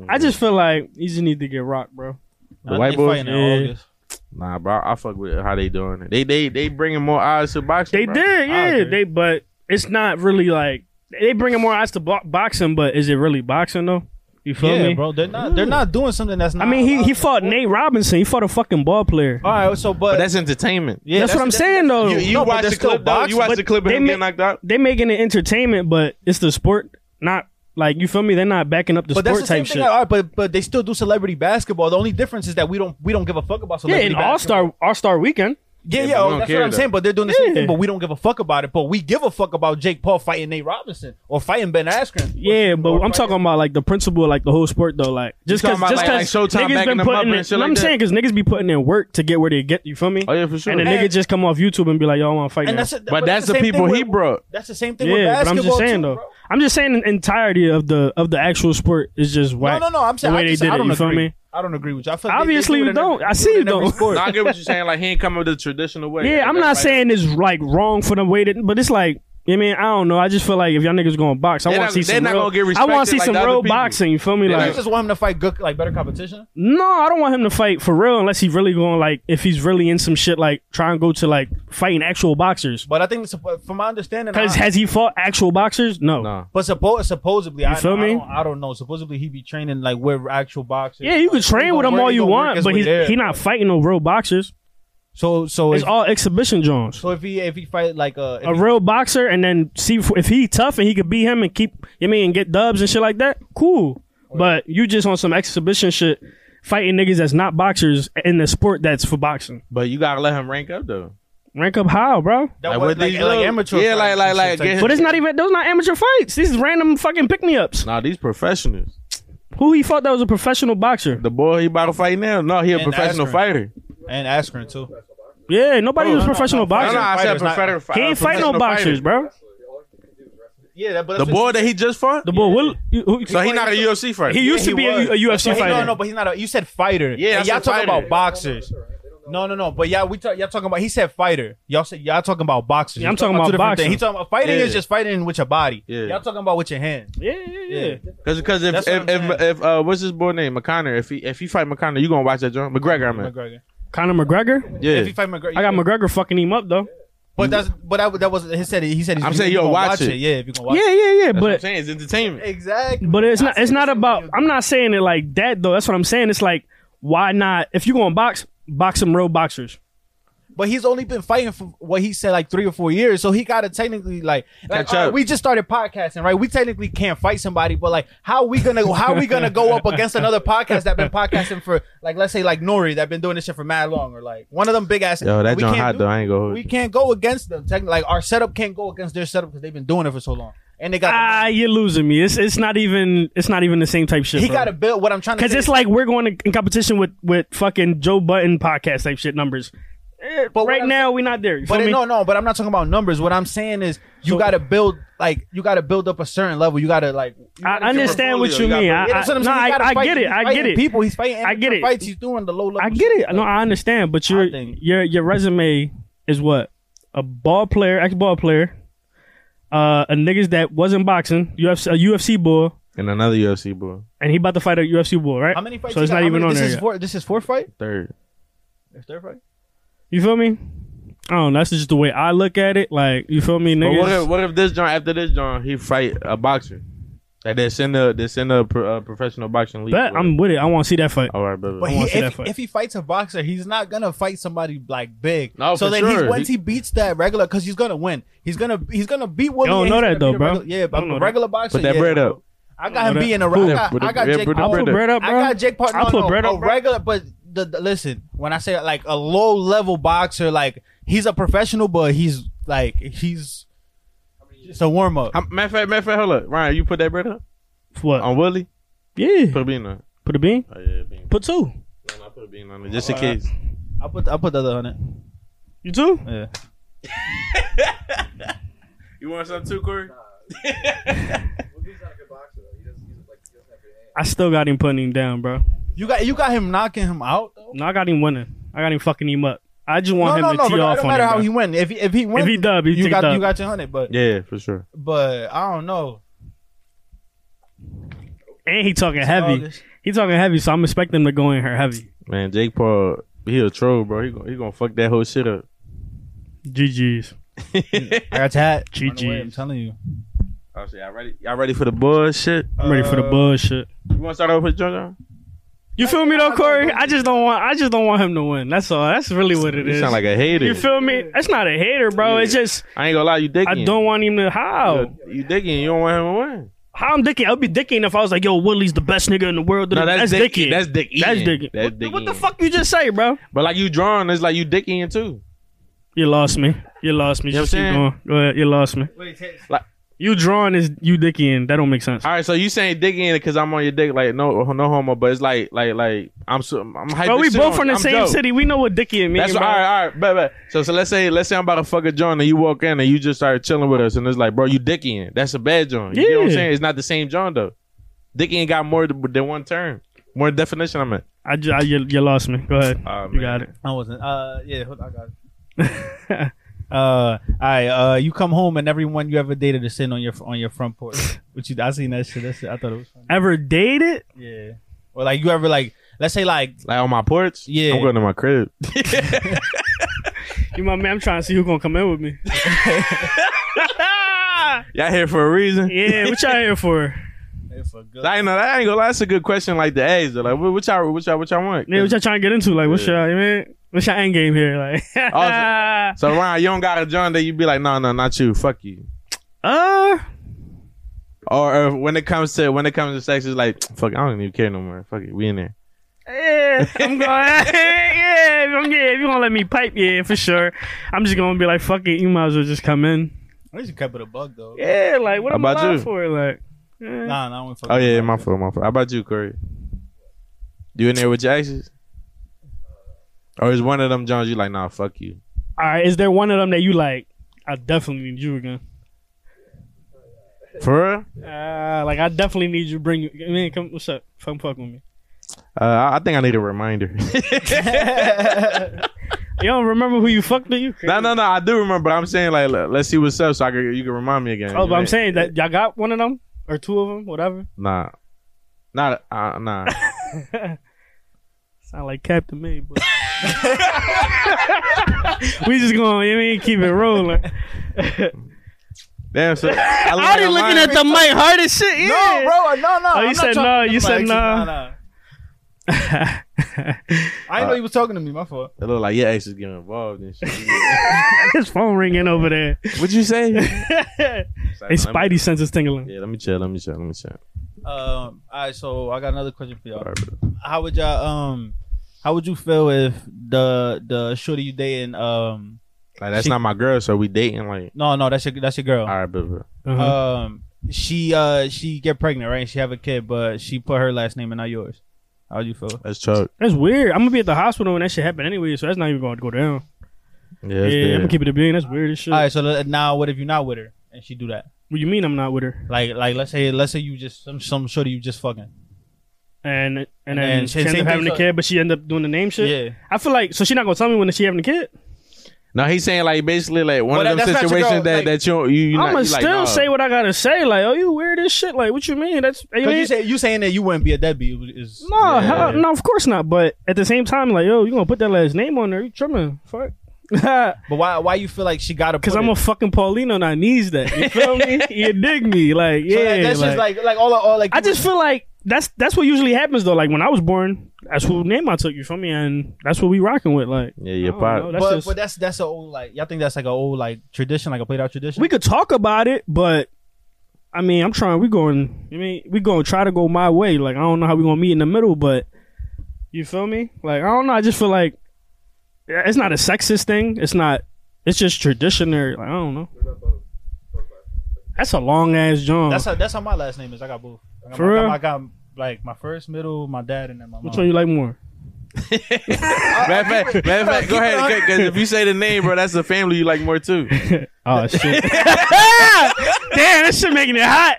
Speaker 5: I just feel like you just need to get rocked, bro.
Speaker 3: The white boys?
Speaker 5: Yeah.
Speaker 3: Nah, bro. I fuck with how they doing it. They they they bringing more eyes to boxing.
Speaker 5: They
Speaker 3: bro.
Speaker 5: did,
Speaker 4: I
Speaker 5: yeah.
Speaker 4: agree.
Speaker 5: They but it's not really like they bringing more eyes to bo- boxing, but is it really boxing though? You feel
Speaker 4: Yeah,
Speaker 5: me?
Speaker 4: bro, they're not they're not doing something that's
Speaker 5: I
Speaker 4: not.
Speaker 5: mean, he
Speaker 4: allowed
Speaker 5: he
Speaker 4: in
Speaker 5: fought
Speaker 4: the sport.
Speaker 5: Nate Robinson. He fought a fucking ball player.
Speaker 4: All right, so but,
Speaker 3: But that's entertainment.
Speaker 4: Oh, yeah,
Speaker 5: that's, what I'm
Speaker 4: that-
Speaker 5: saying though.
Speaker 3: You, you
Speaker 4: No, but
Speaker 3: watch
Speaker 4: they're
Speaker 3: the
Speaker 4: still
Speaker 3: clip though. You
Speaker 4: boxing,
Speaker 3: watch
Speaker 5: but
Speaker 3: the clip of
Speaker 5: they
Speaker 3: him
Speaker 5: ma-
Speaker 3: getting knocked out.
Speaker 5: they making it entertainment, but it's the sport, not like you feel me. They're not backing up the
Speaker 4: But that's
Speaker 5: sport
Speaker 4: the same
Speaker 5: type
Speaker 4: thing.
Speaker 5: shit.
Speaker 4: All right, but but they still do celebrity basketball. The only difference is that we don't we don't give a fuck about
Speaker 5: yeah,
Speaker 4: celebrity.
Speaker 5: in All
Speaker 4: basketball.
Speaker 5: Star All Star Weekend.
Speaker 4: Yeah,
Speaker 3: Yeah,
Speaker 4: yeah,
Speaker 3: but we
Speaker 4: oh,
Speaker 3: don't
Speaker 4: that's
Speaker 3: care,
Speaker 4: what I'm
Speaker 3: though.
Speaker 4: saying. But they're doing the same
Speaker 5: Yeah.
Speaker 4: thing. But we don't give a fuck about it. But we give a fuck about Jake Paul fighting Nate Robinson or fighting Ben Askren.
Speaker 5: Yeah, but I'm talking about like the principle, like the whole sport though. Like just
Speaker 3: talking about,
Speaker 5: because just
Speaker 3: like- like Showtime
Speaker 5: because niggas
Speaker 3: backing
Speaker 5: been
Speaker 3: them up
Speaker 5: putting
Speaker 3: and
Speaker 5: in,
Speaker 3: shit
Speaker 5: no,
Speaker 3: like
Speaker 5: I'm
Speaker 3: that.
Speaker 5: saying because niggas be putting in work to get where they get. You feel me?
Speaker 3: Oh yeah, for sure.
Speaker 5: And the
Speaker 4: And-
Speaker 5: nigga just come off YouTube and be like, "Yo, I'm fighting."
Speaker 4: And that's a,
Speaker 3: but that's the
Speaker 4: same thing
Speaker 3: people he
Speaker 4: with-
Speaker 3: brought.
Speaker 4: That's the same thing with
Speaker 5: yeah, but
Speaker 4: basketball.
Speaker 5: I'm just saying
Speaker 4: too,
Speaker 5: though.
Speaker 4: bro.
Speaker 5: I'm just saying the entirety of the of the actual sport is just
Speaker 4: No,
Speaker 5: whack.
Speaker 4: no, no. I'm saying
Speaker 5: the way
Speaker 4: I
Speaker 5: they
Speaker 4: just,
Speaker 5: did
Speaker 4: I don't
Speaker 5: it. You feel
Speaker 4: agree.
Speaker 5: me?
Speaker 4: I don't agree with you. I feel
Speaker 5: Obviously
Speaker 4: they, they
Speaker 5: you
Speaker 4: do it in
Speaker 5: don't.
Speaker 4: every-
Speaker 5: I
Speaker 4: they do
Speaker 5: see
Speaker 4: it
Speaker 5: you
Speaker 4: in every
Speaker 5: don't.
Speaker 4: sport.
Speaker 3: No, I get what you're saying. Like he ain't come up the traditional way.
Speaker 5: Yeah,
Speaker 3: Like,
Speaker 5: I'm
Speaker 3: that's
Speaker 5: not
Speaker 3: like-
Speaker 5: saying it's like wrong for them waiting, but it's like. I mean, I don't know. I just feel like if y'all niggas going to box, I
Speaker 3: They're
Speaker 5: want
Speaker 3: not-
Speaker 5: to see
Speaker 3: they're
Speaker 5: some.
Speaker 3: not
Speaker 5: real,
Speaker 3: gonna get
Speaker 5: I want
Speaker 3: respected
Speaker 5: to see
Speaker 3: like
Speaker 5: some
Speaker 3: the other
Speaker 5: real
Speaker 3: people.
Speaker 5: boxing. You feel me?
Speaker 3: They're
Speaker 4: You
Speaker 5: Like,
Speaker 4: just want him to fight good, like better competition.
Speaker 5: no, I don't want him to fight for real unless he's really going like if he's really in some shit like try and go to like fighting actual boxers.
Speaker 4: But I think, sup- from my understanding,
Speaker 5: Because
Speaker 4: I-
Speaker 5: has he fought actual boxers? No.
Speaker 3: No.
Speaker 4: but suppo- supposedly, I,
Speaker 5: feel
Speaker 4: I,
Speaker 5: me?
Speaker 4: don't, I don't know. Supposedly, he be training like with actual boxers.
Speaker 5: Yeah, you can
Speaker 4: Like, he
Speaker 5: train
Speaker 4: gonna
Speaker 5: with him
Speaker 4: work-
Speaker 5: all
Speaker 4: he
Speaker 5: you
Speaker 4: gonna work
Speaker 5: want,
Speaker 4: his
Speaker 5: but
Speaker 4: way
Speaker 5: he's
Speaker 4: there.
Speaker 5: he not fighting no real boxers.
Speaker 4: So, so
Speaker 5: It's
Speaker 4: if,
Speaker 5: all exhibition Jones.
Speaker 4: so if he if he fight like a, if
Speaker 5: a
Speaker 4: he-
Speaker 5: real boxer and then see if, if he tough and he could beat him and keep you mean and get dubs and shit like that. Cool, but you just on some exhibition shit fighting niggas that's not boxers in the sport that's for boxing.
Speaker 3: But you gotta let him rank up though.
Speaker 5: Rank up how, bro?
Speaker 4: that was
Speaker 3: Like, what
Speaker 4: like,
Speaker 3: these
Speaker 4: like
Speaker 3: little-
Speaker 4: amateur,
Speaker 3: Yeah, like-
Speaker 4: fights
Speaker 3: like-
Speaker 4: and
Speaker 3: like
Speaker 4: shit type
Speaker 3: against-
Speaker 5: But it's not even those not amateur fights. These is random fucking pick me ups.
Speaker 3: Nah, these professionals.
Speaker 5: Who he fought that was a professional boxer?
Speaker 3: The boy he about to fight now. No, he a
Speaker 4: And
Speaker 3: professional
Speaker 4: Askren.
Speaker 3: fighter.
Speaker 4: and Askren too.
Speaker 5: Yeah, nobody was
Speaker 4: no, no,
Speaker 5: professional
Speaker 4: no,
Speaker 3: No,
Speaker 5: boxer.
Speaker 3: no, I said uh,
Speaker 4: Fighters, not-
Speaker 3: professional.
Speaker 5: he ain't fight no boxers, bro.
Speaker 4: Yeah, that, but
Speaker 3: The
Speaker 4: that's
Speaker 3: boy that he just fought.
Speaker 5: The boy will. you- who-
Speaker 3: So he not a UFC fighter.
Speaker 5: He used
Speaker 4: Yeah,
Speaker 5: to
Speaker 4: he
Speaker 5: be a,
Speaker 4: was.
Speaker 5: U- a UFC
Speaker 4: That's what-
Speaker 5: fighter.
Speaker 4: No, no, but he's not. a You said fighter.
Speaker 3: Yeah, I
Speaker 4: and y'all
Speaker 3: said
Speaker 4: talking
Speaker 3: fighter.
Speaker 4: about boxers. No, no, no. But yeah, we talk, y'all talking about. He said fighter. Y'all said y'all talking about boxers.
Speaker 5: Yeah, I'm
Speaker 4: He's
Speaker 5: talking
Speaker 4: two
Speaker 5: about
Speaker 4: different things. He talking about fighting
Speaker 3: Yeah.
Speaker 4: is just fighting with your body.
Speaker 3: Yeah.
Speaker 4: Y'all talking about with your hands.
Speaker 5: Yeah, yeah, yeah.
Speaker 4: Yeah.
Speaker 3: Because because if
Speaker 4: That's what
Speaker 3: if
Speaker 4: I'm
Speaker 3: if, if uh what's his boy name McConnor if he if he fight McConnor you gonna watch that joint McGregor I mean
Speaker 4: McGregor.
Speaker 5: Conor McGregor.
Speaker 3: yeah
Speaker 4: If you fight McGregor,
Speaker 5: I got McGregor fucking him up though.
Speaker 4: But that's but that, that was he said he said. he's-
Speaker 3: I'm
Speaker 4: you-
Speaker 3: saying,
Speaker 4: you
Speaker 3: yo,
Speaker 4: gonna
Speaker 3: watch it.
Speaker 4: Yeah, if you can watch.
Speaker 5: Yeah, yeah, yeah.
Speaker 3: That's what I'm
Speaker 5: But
Speaker 3: saying it's entertainment
Speaker 4: exactly.
Speaker 5: But it's
Speaker 4: I
Speaker 5: not.
Speaker 4: said
Speaker 5: It's
Speaker 4: the
Speaker 5: not
Speaker 4: same
Speaker 5: about.
Speaker 4: video.
Speaker 5: I'm not saying it like that though. That's what I'm saying. It's like why not? If you're gonna box, box some real boxers.
Speaker 4: But he's only been fighting for what he said like three or four years, so he gotta technically like, like
Speaker 3: Catch
Speaker 4: all right,
Speaker 3: up.
Speaker 4: we just started podcasting, right? We technically can't fight somebody, but like, how we gonna how we gonna go up against another podcast that been podcasting for like let's say like Nori that been doing this shit for mad long, or like one of them big ass.
Speaker 3: yo that
Speaker 4: we
Speaker 3: joint
Speaker 4: can't
Speaker 3: hot
Speaker 4: do-
Speaker 3: though I ain't gonna hold
Speaker 4: We
Speaker 3: you.
Speaker 4: can't go against them. Technically, like our setup can't go against their setup because they've been doing it for so long, and they got. the-
Speaker 5: Ah, you're losing me. It's it's not even. It's not even the same type shit.
Speaker 4: he got to build what I'm trying to.
Speaker 5: Because
Speaker 4: say
Speaker 5: it's like we're going in competition with with fucking Joe Button podcast type shit numbers. Eh,
Speaker 4: But what
Speaker 5: right
Speaker 4: I'm-
Speaker 5: now we're not there. You feel
Speaker 4: But
Speaker 5: me?
Speaker 4: it- no, no. But I'm not talking about numbers. What I'm saying is, you
Speaker 5: So-
Speaker 4: got to build like you got to build up a certain level. You got to like. you
Speaker 5: I
Speaker 4: gotta-
Speaker 5: understand what you
Speaker 3: portfolio,
Speaker 5: mean.
Speaker 3: you
Speaker 5: I,
Speaker 4: Yeah, that's what
Speaker 5: I,
Speaker 4: I'm
Speaker 5: no,
Speaker 4: saying. He
Speaker 5: I,
Speaker 4: gotta
Speaker 5: I
Speaker 4: fight.
Speaker 5: get it.
Speaker 4: He's
Speaker 5: I get
Speaker 4: fighting
Speaker 5: it.
Speaker 4: People, he's fighting.
Speaker 5: I get
Speaker 4: amateur
Speaker 5: it.
Speaker 4: Fights he's doing the low level.
Speaker 5: I get
Speaker 4: shit.
Speaker 5: it. No, I understand. But your
Speaker 4: I think-
Speaker 5: your your resume is what a ball player, ex ball player, uh, a niggas that wasn't boxing, UFC, a UFC boy,
Speaker 3: And another UFC boy,
Speaker 5: and he about to fight a UFC boy, right?
Speaker 4: How many fights?
Speaker 5: So it's
Speaker 4: you got?
Speaker 5: not
Speaker 4: How
Speaker 5: even
Speaker 4: many-
Speaker 5: on
Speaker 4: this
Speaker 5: there
Speaker 4: Is
Speaker 5: yet.
Speaker 4: four, this is fourth fight.
Speaker 3: third.
Speaker 4: It's third fight.
Speaker 5: You feel me? I don't know. That's just the way I look at it. Like, you feel me,
Speaker 3: But
Speaker 5: niggas?
Speaker 3: what if, what if this joint after this joint he fight a boxer? Like they send a they send a, pro, a professional boxing league.
Speaker 5: Bet
Speaker 3: with.
Speaker 5: I'm with it. I want to see that fight.
Speaker 3: all right, brother.
Speaker 4: But
Speaker 5: I
Speaker 4: he,
Speaker 5: wanna see that
Speaker 4: if,
Speaker 5: fight.
Speaker 4: if he fights a boxer, he's not gonna fight somebody like big.
Speaker 3: No,
Speaker 4: so
Speaker 3: for
Speaker 4: then
Speaker 3: sure.
Speaker 4: he, once
Speaker 3: He-
Speaker 4: he beats that regular, because he's gonna win. He's gonna he's gonna beat Willie.
Speaker 5: don't
Speaker 4: and
Speaker 5: know
Speaker 4: he's
Speaker 5: that
Speaker 4: gonna
Speaker 5: though,
Speaker 4: beat a
Speaker 5: bro.
Speaker 4: Regular, yeah, but
Speaker 5: Don't know
Speaker 4: a
Speaker 5: that.
Speaker 4: regular boxer.
Speaker 3: Put that
Speaker 4: yeah,
Speaker 3: bread
Speaker 4: bro.
Speaker 3: up.
Speaker 4: I
Speaker 5: Don't
Speaker 4: got
Speaker 5: know
Speaker 4: him
Speaker 5: that.
Speaker 4: being a
Speaker 3: Put
Speaker 4: regular.
Speaker 3: it-
Speaker 4: I
Speaker 3: put
Speaker 4: got,
Speaker 3: it-
Speaker 4: I got
Speaker 3: yeah,
Speaker 4: Jake
Speaker 3: put it-
Speaker 5: I'll
Speaker 4: Paul.
Speaker 5: put
Speaker 3: bread
Speaker 5: bread up,
Speaker 4: I
Speaker 5: bro.
Speaker 4: got Jake Paul.
Speaker 5: I'll
Speaker 4: No,
Speaker 5: put
Speaker 4: no,
Speaker 5: bread up,
Speaker 4: a
Speaker 5: bro.
Speaker 4: regular, but the, the- listen, when I say like a low level boxer, like he's a professional, but he's like he's just a warm up.
Speaker 3: How- matter of fact, matter of fact, hold up, Ryan, you put that bread up
Speaker 5: What?
Speaker 3: on Willie.
Speaker 5: yeah.
Speaker 3: Put a bean on. it.
Speaker 5: Put a bean.
Speaker 3: Oh yeah, bean.
Speaker 5: Put two.
Speaker 3: No, no, I put a bean on it just in
Speaker 4: Oh, yeah.
Speaker 3: case.
Speaker 4: I put I put the other on it.
Speaker 5: You too?
Speaker 4: Yeah.
Speaker 3: You want something too, Corey?
Speaker 5: I still got him putting him down, bro.
Speaker 4: You got you got him knocking him out. though?
Speaker 5: No, I got him winning. I got him fucking him up. I just want
Speaker 4: no,
Speaker 5: him
Speaker 4: no,
Speaker 5: to tee
Speaker 4: no, but
Speaker 5: off
Speaker 4: it don't
Speaker 5: on
Speaker 4: matter
Speaker 5: him.
Speaker 4: how
Speaker 5: bro.
Speaker 4: he win. If he, if he win,
Speaker 5: if he dub, he
Speaker 4: you
Speaker 5: take
Speaker 4: got
Speaker 5: a dub.
Speaker 4: you got your hundred. But
Speaker 3: Yeah, for sure.
Speaker 4: but I don't know.
Speaker 5: and he talking heavy.
Speaker 4: August.
Speaker 5: He talking heavy, so I'm expecting him to go in here heavy.
Speaker 3: Man, Jake Paul, he a troll, bro. He gonna, he gonna fuck that whole shit up.
Speaker 5: GG's.
Speaker 4: I got your hat.
Speaker 5: GGs.
Speaker 4: Run away, I'm telling you.
Speaker 3: Oh, so y'all ready? Y'all ready for the bullshit?
Speaker 5: I'm ready for the
Speaker 4: Uh,
Speaker 5: bullshit.
Speaker 3: You want to start off with John?
Speaker 5: You feel me though, Corey? I just don't want. I just don't want him to win. That's all. That's really what it
Speaker 3: You
Speaker 5: is.
Speaker 3: sound like a hater.
Speaker 5: You feel me? That's not a hater, bro.
Speaker 3: Yeah.
Speaker 5: It's just
Speaker 3: I ain't gonna lie, you digging.
Speaker 5: I don't want him to. How?
Speaker 3: You, you digging? You don't want him to win.
Speaker 5: How I'm dicking? I'd be dicking if I was like, "Yo, Willie's the best nigga in the world."
Speaker 3: dick- E.
Speaker 5: dicking.
Speaker 3: That's dick. eating.
Speaker 5: That's dicking.
Speaker 3: That's
Speaker 5: What-
Speaker 3: dick
Speaker 5: What the
Speaker 3: eating.
Speaker 5: fuck you just say, bro?
Speaker 3: But like you drawing, it's like you dicking too.
Speaker 5: You lost me. You lost me.
Speaker 3: You know
Speaker 5: Just
Speaker 3: what
Speaker 5: keep
Speaker 3: I'm
Speaker 5: going. Go ahead. You lost me.
Speaker 4: Wait,
Speaker 5: You drawing is you dicking. That don't make sense.
Speaker 3: All right, so you saying dicking because I'm on your dick, like no, no homo. But it's like, like, like I'm, so, I'm hyping
Speaker 5: Bro, we
Speaker 3: shit
Speaker 5: both
Speaker 3: on-
Speaker 5: from the
Speaker 3: I'm
Speaker 5: same
Speaker 3: Joe.
Speaker 5: city. We know what dicking means.
Speaker 3: That's what, all right, all right, bet, bet. So, so let's say, let's say I'm about to fuck a joint, and you walk in, and you just start chilling with us, and it's like, bro, you dicking. That's a bad joint. You get what I'm
Speaker 5: Yeah.
Speaker 3: saying? It's not the same joint though. Dicking got more th- than one term, more definition. I'm at.
Speaker 5: I, ju- I you, you lost me. Go ahead.
Speaker 3: Oh, man.
Speaker 5: you got it.
Speaker 4: I wasn't. Uh, yeah, hold on, I got it. Uh, all right. Uh, you come home and everyone you ever dated is sitting on your on your front porch. Which you, I seen that shit. That shit. I thought it was funny.
Speaker 5: Ever dated?
Speaker 4: Yeah. Or like you ever like let's say like
Speaker 3: Like on my porch.
Speaker 4: Yeah.
Speaker 3: I'm going to my crib.
Speaker 5: You my man. I'm trying to see who gonna come in with me.
Speaker 3: Y'all here for a reason.
Speaker 5: yeah, what y'all here for?
Speaker 4: if a good,
Speaker 3: I ain't know. I ain't gonna lie. That's a good question. Like the A's, though. like what, what y'all, what y'all, what y'all want?
Speaker 5: Yeah, what y'all trying to get into? Like, what's y'all? You mean? What's your end game here? Like,
Speaker 3: Oh, so Ryan, you don't got a joint that you be like, no, no, not you. Fuck you.
Speaker 5: uh,
Speaker 3: Or, or when it comes to when it comes to sex, it's like, fuck, I don't even care no more. Fuck it, we in there.
Speaker 5: yeah, I'm going. yeah, if I'm, yeah, if you gonna let me pipe, yeah, for sure. I'm just gonna be like, fuck it. You might as well just come in.
Speaker 4: at least you kept it a bug though.
Speaker 5: Yeah, like, what
Speaker 3: How
Speaker 5: am I
Speaker 3: about
Speaker 5: lying
Speaker 3: you?
Speaker 5: for? Like, eh.
Speaker 4: Nah, nah, I went for
Speaker 3: Oh yeah, my fault, my fault. How about you, Corey? You in there with your exes? Or is one of them Johns you like, nah, fuck you?
Speaker 5: all right, is there one of them that you like? I definitely need you again.
Speaker 3: For real?
Speaker 5: Uh, like I definitely need you. Bring you, man. Come, what's up? Come fuck with me.
Speaker 3: Uh, I I think I need a reminder.
Speaker 5: You don't remember who you fucked? Do you? crazy.
Speaker 3: no, no, no. I do remember. I'm saying like, le- let's see what's up, so I can, you can remind me again.
Speaker 5: Oh, but I'm
Speaker 3: Yeah.
Speaker 5: saying that y'all got one of them or two of them, whatever.
Speaker 3: Nah. Not uh, nah.
Speaker 5: Sound like Captain May, but we just going. You mean keep it rolling?
Speaker 3: Damn. So I
Speaker 5: I be looking at the Mike Hard and shit. Yeah.
Speaker 4: No, bro, no, no.
Speaker 5: Oh,
Speaker 4: I'm
Speaker 5: you
Speaker 4: not
Speaker 5: said
Speaker 4: talking
Speaker 5: no,
Speaker 4: to
Speaker 5: you said
Speaker 4: nobody. Nah,
Speaker 5: no.
Speaker 4: nah. I didn't know you was talking to me. My fault.
Speaker 3: It look like your ex is getting involved and shit.
Speaker 5: His phone ringing over there.
Speaker 3: What'd you say?
Speaker 5: His Spidey senses tingling.
Speaker 3: Yeah, let me chill. Let me chill. Let me chill.
Speaker 4: Um, all right, so I got another question for y'all.
Speaker 3: All right, bro.
Speaker 4: How would y'all um, how would you feel if the the shorty you dating um,
Speaker 3: Like that's
Speaker 4: She-
Speaker 3: not my girl, so we dating. Like,
Speaker 4: no, no, that's your that's your girl.
Speaker 3: all right, bro. bro.
Speaker 5: Uh-huh.
Speaker 4: Um, she uh she get pregnant right? She have a kid, but she put her last name and not yours. How would you feel?
Speaker 3: That's Chuck.
Speaker 5: that's weird. I'm gonna be at the hospital when that shit happen anyway, so that's not even gonna go down.
Speaker 3: Yeah,
Speaker 5: Yeah,
Speaker 3: that's
Speaker 5: I'm
Speaker 3: yeah,
Speaker 5: gonna keep it a bean. That's weird as shit.
Speaker 4: All right, so let- now what if you're not with her and she do that?
Speaker 5: What you mean I'm not with her?
Speaker 4: Like like let's say let's say you just some some shorty you just fucking.
Speaker 5: And and,
Speaker 4: And
Speaker 5: then
Speaker 4: then
Speaker 5: she ends
Speaker 4: same
Speaker 5: up having
Speaker 4: thing,
Speaker 5: a
Speaker 4: so-
Speaker 5: kid, but she ended up doing the name shit.
Speaker 4: Yeah.
Speaker 5: I feel like so she not gonna tell me when she having a kid.
Speaker 3: No, he's saying like basically like one
Speaker 4: Well,
Speaker 3: of
Speaker 4: that-
Speaker 3: them
Speaker 4: that's not your
Speaker 3: situations
Speaker 4: girl,
Speaker 3: that
Speaker 4: like-
Speaker 3: that you you you not-
Speaker 5: I'ma
Speaker 3: you like,
Speaker 5: still
Speaker 3: nah.
Speaker 5: say what I gotta say. Like, oh, you weird as shit. Like, what you mean? That's you
Speaker 4: Because
Speaker 5: mean?
Speaker 4: you say you saying that you wouldn't be a deadbeat is
Speaker 5: no, hell- no, of course not. But at the same time, like, yo, you gonna put that last name on there? You trimming? Fuck. Because
Speaker 4: But why why you feel like she got to?
Speaker 5: I'm a fucking Paulino and I needs that. You feel me? You dig me? Like, yeah.
Speaker 4: so that, that's
Speaker 5: like-
Speaker 4: just like like all all like
Speaker 5: I just feel like that's that's what usually happens though. Like when I was born, that's what name I took you from me, and that's what we rocking with. Like,
Speaker 3: Yeah, your
Speaker 5: I don't
Speaker 3: pop.
Speaker 5: know, that's
Speaker 4: But
Speaker 5: just-
Speaker 4: but that's that's an old like y'all think that's like an old like tradition like a played out tradition.
Speaker 5: we could talk about it, but I mean, I'm trying. We going. I mean, we going to try to go my way. Like I don't know how we gonna meet in the middle, but you feel me? Like I don't know. I just feel like yeah, it's not a sexist thing. It's not. It's just traditionary. Like I don't know. That's a long ass John.
Speaker 4: that's how that's how my last name is. I got both. I got,
Speaker 5: Uh-huh. For
Speaker 4: my- I
Speaker 5: real?
Speaker 4: got, I got, like my first, middle, my dad, and then my mom.
Speaker 5: Which one you like more?
Speaker 3: Matter of fact, matter of fact, go ahead because if you say the name, bro, that's the family you like more too.
Speaker 5: Oh shit! Damn, that shit making it hot.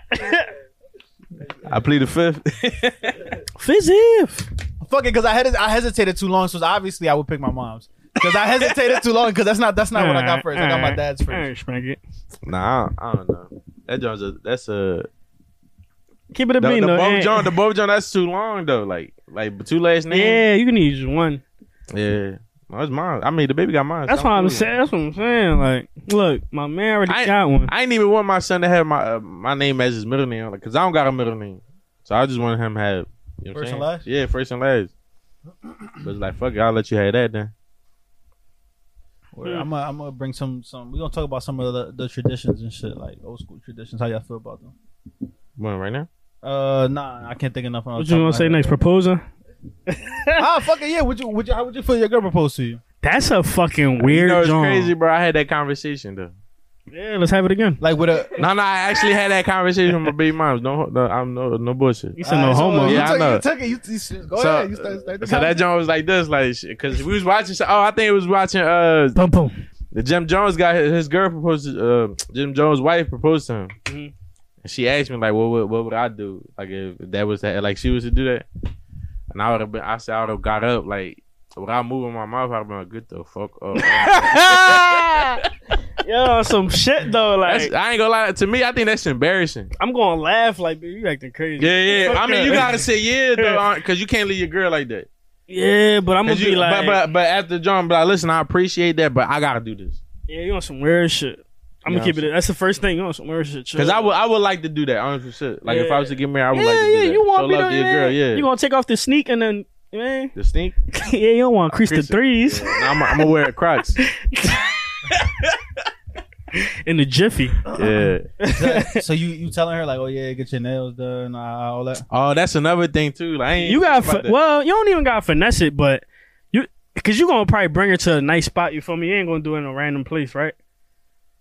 Speaker 3: I plead the fifth.
Speaker 5: Fizz if.
Speaker 4: Fuck it, because I had I hesitated too long, so obviously I would pick my mom's. Because I hesitated too long, because that's not that's not what I got first. I got my dad's first.
Speaker 5: Alright,
Speaker 3: nah, I don't, I don't know. That John's a, that's a
Speaker 5: Keep it a
Speaker 3: the,
Speaker 5: bean
Speaker 3: the
Speaker 5: though.
Speaker 3: Bob
Speaker 5: eh?
Speaker 3: John, the Bob John. That's too long though. Like like two last names.
Speaker 5: yeah, you can use one.
Speaker 3: Yeah, yeah. No, that's mine. I mean, the baby got mine.
Speaker 5: That's
Speaker 3: so
Speaker 5: what I'm
Speaker 3: cool.
Speaker 5: saying. That's what I'm saying. Like, look, my man already got one.
Speaker 3: I ain't even want my son to have my uh, my name as his middle name because I don't got a middle name, so I just want him to have you know what I'm
Speaker 4: First and
Speaker 3: saying?
Speaker 4: last?
Speaker 3: Yeah, first and last. But it's like fuck, it, I'll let you have that then.
Speaker 4: Word. I'm gonna I'm gonna bring some some. We're gonna talk about some of the, the traditions and shit, like old school traditions. How y'all feel about them?
Speaker 3: What right now?
Speaker 4: Uh, nah, I can't think enough.
Speaker 5: what you gonna say next? Proposal?
Speaker 4: ah, fuck it, yeah. Would you would you how would you feel your girl proposed to you?
Speaker 5: That's a fucking
Speaker 3: you
Speaker 5: weird
Speaker 3: know, it's
Speaker 5: John.
Speaker 3: crazy, bro. I had that conversation though.
Speaker 5: Yeah, let's have it again.
Speaker 4: Like with a
Speaker 3: No, no, I actually had that conversation with my baby moms. No, no I'm no no bullshit.
Speaker 5: You said no
Speaker 4: Alright, so uh,
Speaker 5: homo.
Speaker 4: You
Speaker 3: Yeah, I
Speaker 4: took,
Speaker 3: know.
Speaker 4: You took it. You, you, should- go
Speaker 3: so,
Speaker 4: ahead. You start, start the
Speaker 3: so that
Speaker 4: conversation.
Speaker 3: John was like this, like, because we was watching. so- Oh, I think it was watching. Uh,
Speaker 5: Boom, boom.
Speaker 3: the Jim Jones guy, his, his girl proposed. to- Uh, Jim Jones' wife proposed to him.
Speaker 5: Mhm.
Speaker 3: And she asked me like, "What would what would I do? Like if that was that, like she was to do that?" And I would have been. I said I would have got up like. Without moving my mouth, I'd have been like, "Good the fuck up."
Speaker 5: Yo, some shit though. Like,
Speaker 3: That's, I ain't gonna lie. To me, I think that's embarrassing.
Speaker 5: I'm gonna laugh. Like, dude, you acting crazy.
Speaker 3: Yeah, yeah. I
Speaker 5: Fuck
Speaker 3: mean, you
Speaker 5: up.
Speaker 3: gotta say yeah though, because you can't leave your girl like that.
Speaker 5: Yeah, but I'm
Speaker 3: 'Cause
Speaker 5: gonna
Speaker 3: you-
Speaker 5: be like,
Speaker 3: but, but but after John, but like, listen, I appreciate that, but I gotta do this.
Speaker 5: yeah, you on some weird shit. I'm
Speaker 3: Yeah,
Speaker 5: gonna keep it. That's the first thing. You on some weird shit. chill.
Speaker 3: Cause I would, I would like to do that. Honestly, shit. Like if I was to get married, I would
Speaker 5: yeah,
Speaker 3: like to do
Speaker 5: yeah.
Speaker 3: that.
Speaker 5: You want
Speaker 3: Show
Speaker 5: me
Speaker 3: love
Speaker 5: to,
Speaker 3: to your girl, yeah.
Speaker 5: You gonna take off the sneak and then, man.
Speaker 3: the stink.
Speaker 5: yeah, you don't want to crease the
Speaker 3: Crease it.
Speaker 5: threes
Speaker 3: Nah, I'm, I'm gonna wear Crocs.
Speaker 5: in the jiffy.
Speaker 3: yeah.
Speaker 4: so, so you you telling her like, oh yeah, get your nails done, uh, all that.
Speaker 3: Oh, that's another thing too. Like I ain't
Speaker 5: You got
Speaker 3: think about
Speaker 5: fi-
Speaker 3: that.
Speaker 5: well, you don't even got to finesse it, but you because you gonna probably bring her to a nice spot. You feel me? You ain't gonna do it in a random place, right?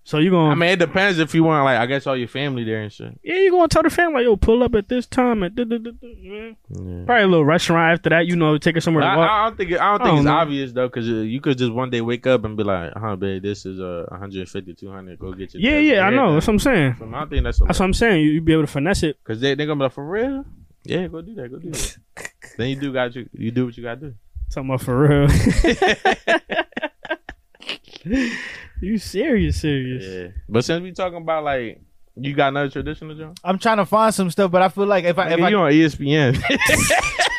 Speaker 5: So you gonna
Speaker 3: I mean, it depends if you want. Like I guess all your family there and shit.
Speaker 5: yeah, you gonna tell the family yo pull up at this time at da- da- da- da- yeah.
Speaker 3: Yeah.
Speaker 5: probably a little restaurant after that. You know, take her somewhere
Speaker 3: But I,
Speaker 5: to walk.
Speaker 3: I don't think it- I don't think
Speaker 5: I
Speaker 3: it's
Speaker 5: don't know.
Speaker 3: obvious though, because you could just one day wake up and be like, "Huh, babe, this is uh 150, 200. Go get your
Speaker 5: yeah,
Speaker 3: nails
Speaker 5: yeah, I
Speaker 3: and
Speaker 5: know. That's
Speaker 3: everything."
Speaker 5: what I'm saying.
Speaker 3: So, I don't think that's a
Speaker 5: That's what I'm saying. You you be able to finesse it.
Speaker 3: Cause they they gonna be like, for real? Yeah, go do that. Go do that. then you do got you you do what you gotta do.
Speaker 5: Talking about for real. you serious? Serious?
Speaker 3: Yeah. But since we talking about like you got another traditional job,
Speaker 4: I'm trying to find some stuff, but I feel like if I if
Speaker 3: Nigga,
Speaker 4: I
Speaker 3: you on E ESPN.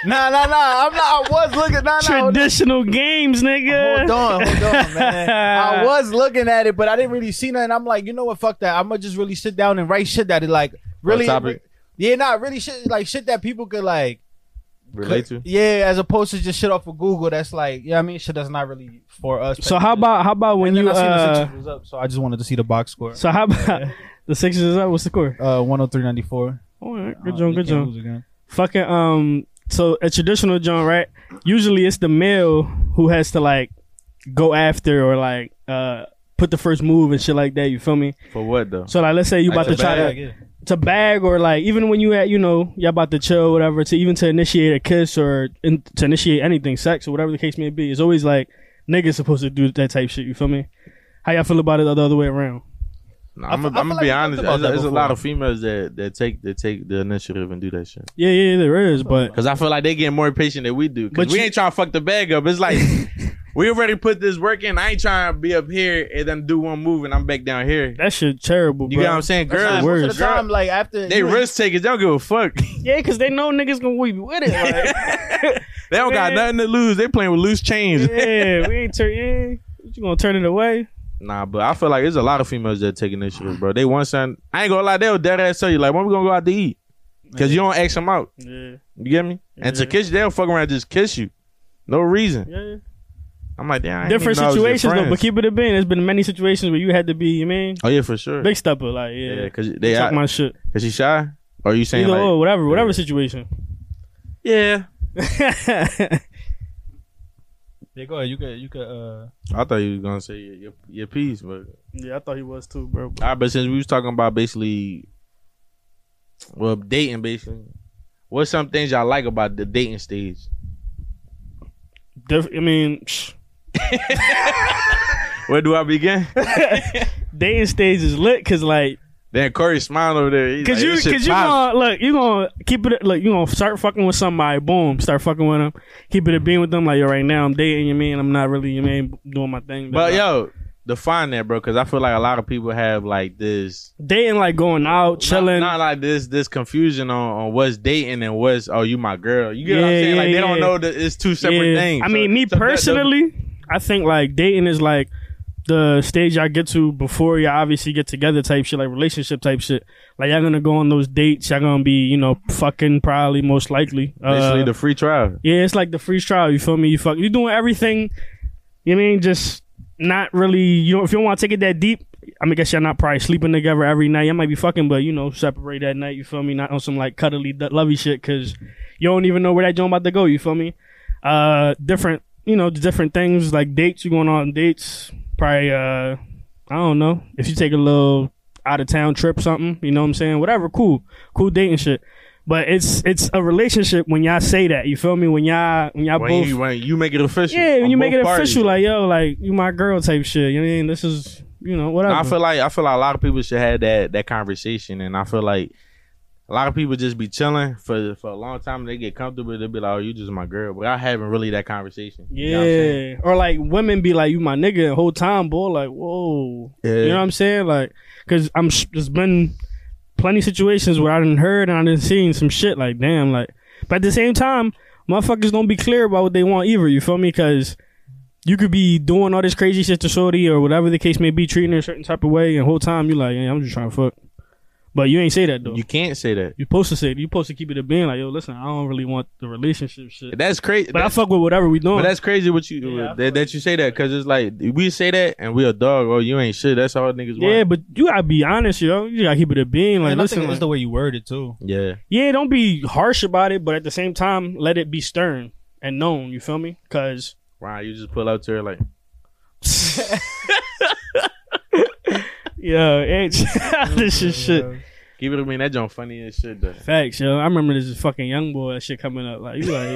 Speaker 4: nah nah nah, I'm not. I was looking nah nah.
Speaker 5: Traditional games, nigga.
Speaker 4: Hold on, hold on, man. I was looking at it, but I didn't really see nothing. I'm like, you know what? Fuck that. I'm gonna just really sit down and write shit that it like really.
Speaker 3: topic?
Speaker 4: Yeah, not really shit like shit that people could like
Speaker 3: Relate to.
Speaker 4: Yeah, as opposed to just shit off of Google. That's like, yeah, I mean, shit that's not really for us.
Speaker 5: So how about how about when
Speaker 4: And then
Speaker 5: you
Speaker 4: I seen the
Speaker 5: uh,
Speaker 4: Sixers was up, so I just wanted to see the box score.
Speaker 5: So how about the Sixers is up? What's the score?
Speaker 4: Uh, 103.94.
Speaker 5: All right,
Speaker 4: Uh,
Speaker 5: good job,
Speaker 4: they
Speaker 5: good
Speaker 4: can't
Speaker 5: job.
Speaker 4: lose again.
Speaker 5: Fucking um, so a traditional joint, right? Usually it's the male who has to like go after or like uh put the first move and shit like that. You feel me?
Speaker 3: For what though?
Speaker 5: So like, let's say you
Speaker 3: Like
Speaker 5: about to
Speaker 3: to
Speaker 5: try
Speaker 3: bag,
Speaker 5: to to bag or like even when you at you know you're about to chill, whatever. To even to initiate a kiss or in, to initiate anything, sex or whatever the case may be, it's always like niggas supposed to do that type shit. You feel me? How y'all feel about it the other way around?
Speaker 3: Nah,
Speaker 4: I
Speaker 3: I'm
Speaker 4: fe- I
Speaker 3: gonna
Speaker 4: feel
Speaker 3: be
Speaker 4: like we talked
Speaker 3: honest.
Speaker 4: about
Speaker 3: There's,
Speaker 4: that
Speaker 3: there's a
Speaker 4: before.
Speaker 3: lot of females that, that take that take the initiative and do that shit.
Speaker 5: Yeah, yeah, there is, but
Speaker 3: Cause I feel like they get more impatient than we do. Cause
Speaker 5: But
Speaker 3: we
Speaker 5: you-
Speaker 3: ain't trying to fuck the bag up. It's like we already put this work in. I ain't trying to be up here and then do one move and I'm back down here.
Speaker 5: That shit terrible,
Speaker 3: You
Speaker 5: bro.
Speaker 3: get what I'm saying?
Speaker 5: not
Speaker 3: Girls,
Speaker 5: worse.
Speaker 4: Most of the
Speaker 3: girl-
Speaker 4: time, like after
Speaker 3: they
Speaker 4: you-
Speaker 3: risk takers. They don't give a fuck.
Speaker 5: Yeah, because they know niggas gonna we with it. Like,
Speaker 3: They don't got
Speaker 5: Man.
Speaker 3: nothing to lose. They playing with loose chains.
Speaker 5: yeah, we ain't turn. Yeah, you gonna turn it away?
Speaker 3: Nah, but I feel like there's a lot of females that taking this shit, bro. They want something. I ain't gonna lie, they'll dead ass tell you like, when we gonna go out to eat? Because you don't ask them out.
Speaker 5: Yeah,
Speaker 3: You get me? And to
Speaker 5: Yeah.
Speaker 3: kiss you, they'll fuck around and just kiss you. No reason.
Speaker 5: yeah.
Speaker 3: I'm like, damn. I ain't
Speaker 5: Different
Speaker 3: even know I was your
Speaker 5: situations though,
Speaker 3: friends.
Speaker 5: but keep it a bean. There's been many situations where you had to be, you mean,
Speaker 3: oh yeah, for sure.
Speaker 5: big stepper. Like,
Speaker 3: yeah,
Speaker 5: yeah,
Speaker 3: because they
Speaker 5: talk
Speaker 3: out,
Speaker 5: my shit.
Speaker 3: cause she shy. Or you saying
Speaker 5: Either
Speaker 3: like,
Speaker 5: or, whatever, whatever
Speaker 3: Yeah.
Speaker 5: situation.
Speaker 3: yeah?
Speaker 4: Yeah, go ahead. You could. You could. Uh,
Speaker 3: I thought you was gonna say your your, your piece, but
Speaker 5: Yeah, I thought he was too, bro.
Speaker 3: all right. But since we was talking about basically, well, dating basically, what's some things y'all like about the dating stage?
Speaker 5: Diff- I mean, psh,
Speaker 3: Where do I begin?
Speaker 5: dating stage is lit because like,
Speaker 3: Then Corey smiling over there. He's
Speaker 5: cause
Speaker 3: like,
Speaker 5: you,
Speaker 3: "This shit
Speaker 5: cause you
Speaker 3: poppin'."
Speaker 5: gonna look, you gonna keep it. Look, you gonna start fucking with somebody. Boom, start fucking with them. Keep it a bean with them. Like, yo, right now I'm dating. You mean I'm not really. You mean doing my thing.
Speaker 3: But
Speaker 5: like,
Speaker 3: yo, define that, bro, because I feel like a lot of people have like this
Speaker 5: dating like going out, chilling.
Speaker 3: Not, not like this this confusion on, on what's dating and what's oh you my girl. You get what I'm
Speaker 5: Yeah,
Speaker 3: saying? like
Speaker 5: yeah,
Speaker 3: they don't
Speaker 5: yeah.
Speaker 3: know that it's two separate
Speaker 5: Yeah.
Speaker 3: things.
Speaker 5: I
Speaker 3: So-
Speaker 5: mean, me
Speaker 3: so that-
Speaker 5: personally, I think like dating is like the stage y'all get to before y'all obviously get together type shit, like relationship type shit. Like y'all gonna go on those dates, y'all gonna be, you know, fucking probably most likely.
Speaker 3: that- basically
Speaker 5: Uh,
Speaker 3: the free trial.
Speaker 5: yeah, it's like the free trial, you feel me? You fuck you doing everything, you mean just not really you know if you don't wanna take it that deep, I mean I guess y'all not probably sleeping together every night. Y'all might be fucking, but you know, separate that night, you feel me? Not on some like cuddly du- lovey shit, cause you don't even know where that joint about to go, you feel me? uh different you know different things like dates you going on dates probably uh i don't know if you take a little out of town trip something you know what i'm saying whatever cool cool dating shit but it's it's a relationship when y'all say that you feel me when y'all when y'all
Speaker 3: When
Speaker 5: both
Speaker 3: you when you make it official.
Speaker 5: yeah when
Speaker 3: on
Speaker 5: you make
Speaker 3: both
Speaker 5: it
Speaker 3: parties.
Speaker 5: official like yo like you my girl type shit you know what I mean this is you know whatever
Speaker 3: I feel like I feel like a lot of people should have that that conversation, and I feel like a lot of people just be chilling for for a long time. and They get comfortable. They'll be like, "Oh, you just my girl," but I haven't really that conversation. You know
Speaker 5: yeah
Speaker 3: what I'm saying?
Speaker 5: or like women be like you my nigga the whole time boy like whoa You know what I'm saying? Like, cause I'm sh- there's been plenty of situations where I done heard and I done seen some shit. Like, damn, like. But at the same time, motherfuckers don't be clear about what they want either. You feel me? Cause you could be doing all this crazy shit to shorty or whatever the case may be, treating her a certain type of way, and whole time you like, yeah, I'm just trying to fuck. But you ain't say that though.
Speaker 3: You
Speaker 5: You
Speaker 3: can't say that.
Speaker 5: you supposed to say you supposed to keep it a being like, yo, listen, I don't really want the relationship shit.
Speaker 3: That's crazy.
Speaker 5: But I fuck with whatever we doing.
Speaker 3: But that's crazy what you
Speaker 4: Yeah, I
Speaker 3: that, that you say that because it's like we say that and we a dog. Oh, you ain't shit. That's all niggas
Speaker 5: yeah,
Speaker 3: want.
Speaker 5: but you gotta be honest, yo. You gotta keep it a being. Like,
Speaker 4: and I
Speaker 5: listen,
Speaker 4: think
Speaker 5: like-
Speaker 4: it's the way you word it too.
Speaker 3: Yeah,
Speaker 5: yeah, don't be harsh about it, but at the same time, let it be stern and known. You feel me? Because
Speaker 3: Ryan, you just pull out to her like
Speaker 5: yeah, it's, this is shit.
Speaker 3: give it to me. That junk funny as shit. Though.
Speaker 5: Facts, yo. I remember this fucking young boy that shit coming up. Like you, like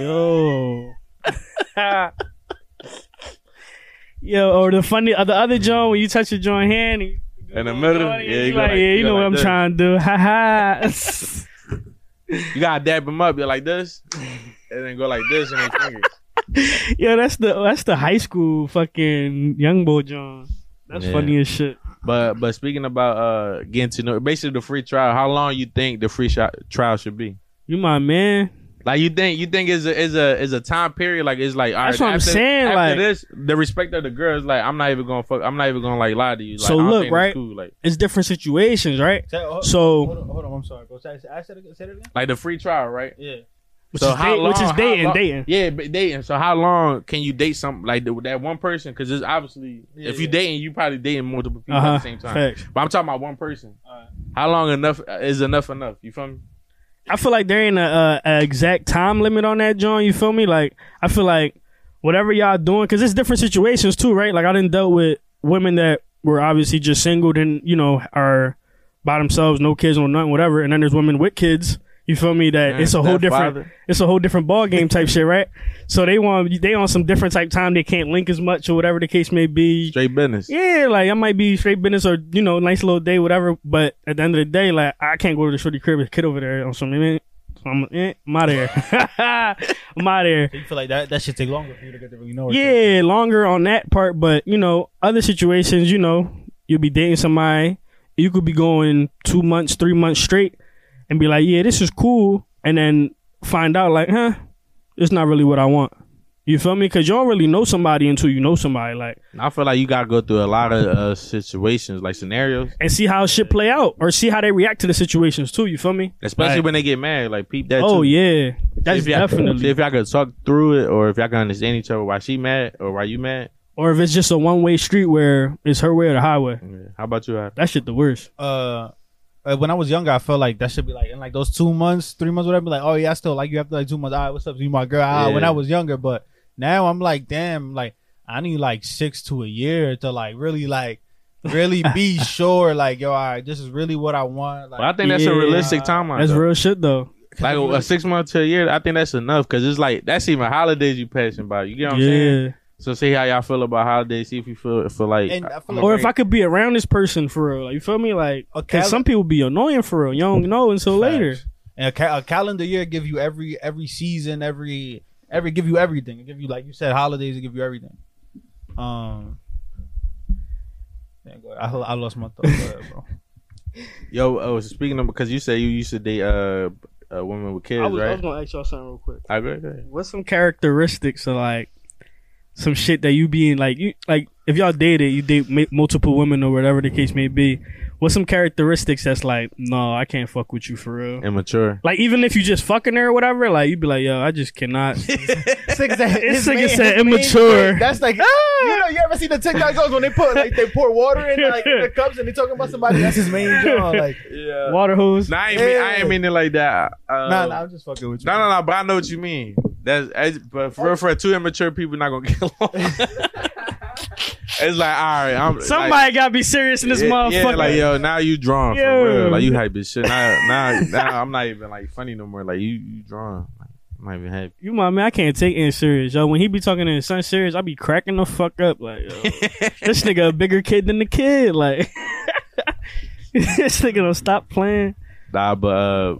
Speaker 5: yo, yo, or the funny, or the other joint when you touch your joint hand and you do
Speaker 3: In the
Speaker 5: little
Speaker 3: middle,
Speaker 5: joint,
Speaker 3: yeah,
Speaker 5: you
Speaker 3: you go
Speaker 5: like,
Speaker 3: like-
Speaker 5: yeah,
Speaker 3: you
Speaker 5: you
Speaker 3: go
Speaker 5: know
Speaker 3: like
Speaker 5: what I'm
Speaker 3: this.
Speaker 5: trying to do. Ha ha.
Speaker 3: You gotta dab him up. You're like this, and then go like this and then fingers.
Speaker 5: yo, that's the that's the high school fucking young boy John. That's
Speaker 3: Yeah.
Speaker 5: funny as shit.
Speaker 3: But but speaking about uh getting to know basically the free trial, how long you think the free shot trial should be?
Speaker 5: You my man.
Speaker 3: Like you think you think is a is a is a time period like it's like all
Speaker 5: That's
Speaker 3: right,
Speaker 5: what I'm
Speaker 3: after-
Speaker 5: saying,
Speaker 3: After
Speaker 5: like-
Speaker 3: this, the respect of the girl is like I'm not even gonna fuck. I'm not even gonna like lie to you. Like,
Speaker 5: So
Speaker 3: I don't
Speaker 5: look,
Speaker 3: think it's
Speaker 5: right?
Speaker 3: Cool. Like
Speaker 5: It's different situations, right?
Speaker 4: Say- hold- hold
Speaker 5: So
Speaker 4: on, hold on, I'm sorry, bro. Say, say, I said it, say it again.
Speaker 3: like the free trial, right?
Speaker 4: Yeah.
Speaker 5: which
Speaker 3: so
Speaker 5: is
Speaker 3: how
Speaker 5: date- which
Speaker 3: long-
Speaker 5: is
Speaker 3: how
Speaker 5: dating,
Speaker 3: long-
Speaker 5: dating.
Speaker 3: Yeah, but dating. So how long can you date some like th- that one person? Because it's obviously
Speaker 4: Yeah,
Speaker 3: if you
Speaker 4: yeah.
Speaker 3: dating, you probably dating multiple people at
Speaker 5: Uh huh.
Speaker 3: the same time.
Speaker 5: Facts.
Speaker 3: But I'm talking about one person.
Speaker 4: All right.
Speaker 3: How long enough uh, is enough enough? You feel me?
Speaker 5: I feel like there ain't a, a, a exact time limit on that, John. You feel me? Like I feel like whatever y'all doing, because it's different situations too, right? Like I didn't dealt with women that were obviously just single and you know are by themselves, no kids, no nothing, whatever. And then there's women with kids. You feel me? That
Speaker 3: Man,
Speaker 5: it's a whole
Speaker 3: that
Speaker 5: different,
Speaker 3: father.
Speaker 5: it's a whole different ball game type shit, right? So they want they on some different type time. They can't link as much or whatever the case may be.
Speaker 3: Straight business.
Speaker 5: Yeah, like I might be straight business or you know nice little day, whatever. But at the end of the day, like I can't go to the shorty crib with a kid over there or something. you know what I mean? So I'm, eh, I'm out of here. I'm out of here.
Speaker 4: So you feel like that that should take longer for you to get to really know her.
Speaker 5: Yeah, longer on that part, but you know, other situations, you know, you'll be dating somebody, you could be going two months, three months straight, and be like, yeah, this is cool, and then find out like, huh, it's not really what I want. You feel me? Because you don't really know somebody until you know somebody, like,
Speaker 3: And I feel like you gotta go through a lot of uh, situations, like scenarios,
Speaker 5: and see how shit play out or see how they react to the situations too. You feel me?
Speaker 3: especially
Speaker 5: Like,
Speaker 3: when they get married. Like peep that.
Speaker 5: oh
Speaker 3: too.
Speaker 5: yeah, that's
Speaker 3: if y'all,
Speaker 5: definitely.
Speaker 3: If y'all could talk through it, or if y'all can understand each other, why she mad or why you mad.
Speaker 5: or if it's just a one way street where it's her way or the highway.
Speaker 3: Yeah. How about you? Al?
Speaker 5: That shit the worst.
Speaker 4: uh, uh, when I was younger, I felt like that should be like in like those two months, three months, whatever. Like, oh yeah, I still like you after like two months. All right, what's up? You my girl. Ah, When
Speaker 3: Yeah.
Speaker 4: I was younger, but now I'm like, damn, like I need like six to a year to like really like really be sure. Like, yo, all right, this is really what I want. Like,
Speaker 3: But I think that's
Speaker 5: Yeah.
Speaker 3: a realistic timeline.
Speaker 5: That's
Speaker 3: though.
Speaker 5: real shit though.
Speaker 3: Like a, a six month to a year, I think that's enough because it's like that's even holidays you passing by. You get what I'm saying?
Speaker 5: Yeah.
Speaker 3: So see how y'all feel about holidays. See if you feel feel like.
Speaker 4: And I feel like-
Speaker 5: Or if I could be around this person for real, like, you feel me? Like,
Speaker 4: A
Speaker 5: cause
Speaker 4: cal-
Speaker 5: some people be annoying for real. You don't know until
Speaker 4: Facts.
Speaker 5: later.
Speaker 4: And a, ca- a calendar year give you every every season, every every give you everything. It give you like you said, holidays. It give you everything. Um, yeah, go ahead. I, I lost my thought, Go ahead, bro.
Speaker 3: Yo, oh, speaking of because you say you used to date uh, a woman with kids,
Speaker 5: I was, I was
Speaker 3: right?
Speaker 5: gonna ask y'all something real quick.
Speaker 3: I agree. agree.
Speaker 5: What's some characteristics of like some shit that you being like you like if y'all dated, you date ma- multiple women or whatever the case may be. What's some characteristics that's like, no, I can't fuck with you for real.
Speaker 3: Immature.
Speaker 5: Like even if you just fucking her or whatever, like you'd be like, yo, I just cannot.
Speaker 4: This nigga said-
Speaker 5: This
Speaker 4: his
Speaker 5: nigga
Speaker 4: main-
Speaker 5: said
Speaker 4: his main
Speaker 5: immature. Ah!
Speaker 4: thing, That's like you know you ever see the TikTok those when they put like they pour water in like the cups and they talking about somebody. That's his main job. Like
Speaker 3: Yeah.
Speaker 5: Water hose.
Speaker 3: Nah, I ain't, mean, I ain't mean it like that. Uh,
Speaker 4: nah, nah, I'm just fucking with you.
Speaker 3: No, no, no, but I know what you mean. That's, that's but for real, for two immature people, not gonna get along. it's like, all right, I'm
Speaker 5: Somebody
Speaker 3: like,
Speaker 5: gotta be serious in this
Speaker 3: yeah,
Speaker 5: motherfucker.
Speaker 3: yeah, like yo, now you drawn for
Speaker 5: Yeah.
Speaker 3: real, like you hype as shit. Now, now, now, I'm not even like funny no more. Like you, you drawn. Like, I'm not even happy.
Speaker 5: You my man, I can't take in serious, yo. When he be talking in son serious, I be cracking the fuck up. Like, yo, this nigga a bigger kid than the kid. Like, this nigga don't stop playing.
Speaker 3: Nah, but uh,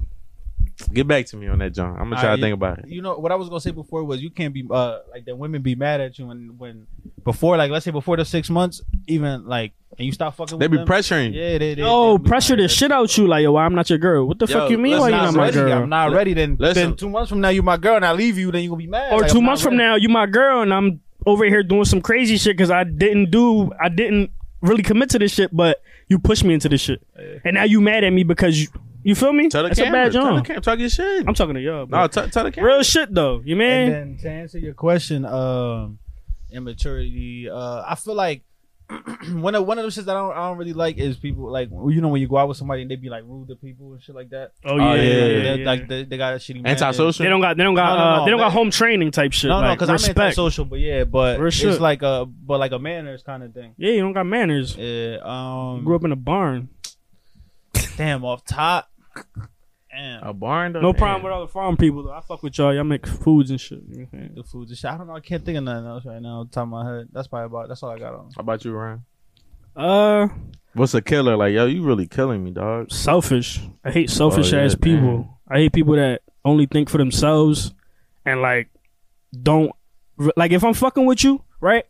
Speaker 3: get back to me on that, John. I'm gonna try
Speaker 4: Alright,
Speaker 3: to think about it.
Speaker 4: you know what I was gonna say before was you can't be uh like that women be mad at you when when before like let's say before the six months even like and you stop fucking
Speaker 3: They
Speaker 4: with
Speaker 3: be
Speaker 4: them.
Speaker 3: pressuring.
Speaker 4: yeah they, they
Speaker 5: Yo,
Speaker 4: they be
Speaker 5: pressure
Speaker 4: mad
Speaker 5: the
Speaker 4: at
Speaker 5: Oh, shit out you. Like, yo, why I'm not your girl? What the
Speaker 3: Yo,
Speaker 5: fuck you mean?
Speaker 3: let's
Speaker 5: Why
Speaker 4: you.
Speaker 5: you
Speaker 3: not
Speaker 5: not
Speaker 4: I'm
Speaker 5: my
Speaker 4: ready.
Speaker 5: girl?
Speaker 4: I'm not ready. Then,
Speaker 3: Listen.
Speaker 4: then two months from now you my girl and I leave you. Then you gonna be mad.
Speaker 5: or
Speaker 4: Like,
Speaker 5: two
Speaker 4: I'm not
Speaker 5: months from
Speaker 4: ready.
Speaker 5: now, you my girl, and I'm over here doing some crazy shit because I didn't do, I didn't really commit to this shit, but you pushed me into this shit, and now you mad at me because you, you feel me?
Speaker 3: Tell the
Speaker 5: That's
Speaker 3: camera.
Speaker 5: a bad
Speaker 3: tell the
Speaker 5: job.
Speaker 3: camera. Talk your shit.
Speaker 5: I'm talking to y'all.
Speaker 3: no,
Speaker 5: bro.
Speaker 3: t- tell the camera.
Speaker 5: Real shit though, you man.
Speaker 4: And then to answer your question, um, immaturity. Uh, I feel like one of one of those shits that I don't, I don't really like is people like you know when you go out with somebody and they be like rude to people and shit like that.
Speaker 5: oh
Speaker 3: Oh,
Speaker 5: yeah,
Speaker 3: yeah,
Speaker 5: yeah,
Speaker 3: yeah,
Speaker 5: yeah,
Speaker 4: They're-
Speaker 5: yeah.
Speaker 4: like they, they got a shitty man.
Speaker 3: Antisocial.
Speaker 5: They don't got they don't got
Speaker 4: No, no,
Speaker 5: uh,
Speaker 4: no,
Speaker 5: they don't got
Speaker 4: man.
Speaker 5: home training type shit.
Speaker 4: No, no,
Speaker 5: like,
Speaker 4: because I'm
Speaker 5: respect.
Speaker 4: antisocial, but yeah, but
Speaker 5: Real shit.
Speaker 4: it's like a but like a manners kind of thing.
Speaker 5: yeah, you don't got manners.
Speaker 4: Yeah. Um.
Speaker 5: Grew up in a barn.
Speaker 4: Damn. Off top. Damn.
Speaker 5: Oh.
Speaker 3: A barn. though?
Speaker 5: No
Speaker 3: Damn.
Speaker 5: problem with all the farm people. Though. I fuck with y'all. Y'all make foods and shit. You know what I'm saying?
Speaker 4: the food, the shit. I don't know. I can't think of nothing else right now. off the Top of my head. That's probably about. That's all I got on.
Speaker 3: How about you, Ryan?
Speaker 5: Uh,
Speaker 3: What's a killer? Like, yo, you really killing me, dog.
Speaker 5: selfish. I hate selfish
Speaker 3: Oh, yeah,
Speaker 5: ass people.
Speaker 3: man.
Speaker 5: I hate people that only think for themselves and like don't like if I'm fucking with you, right?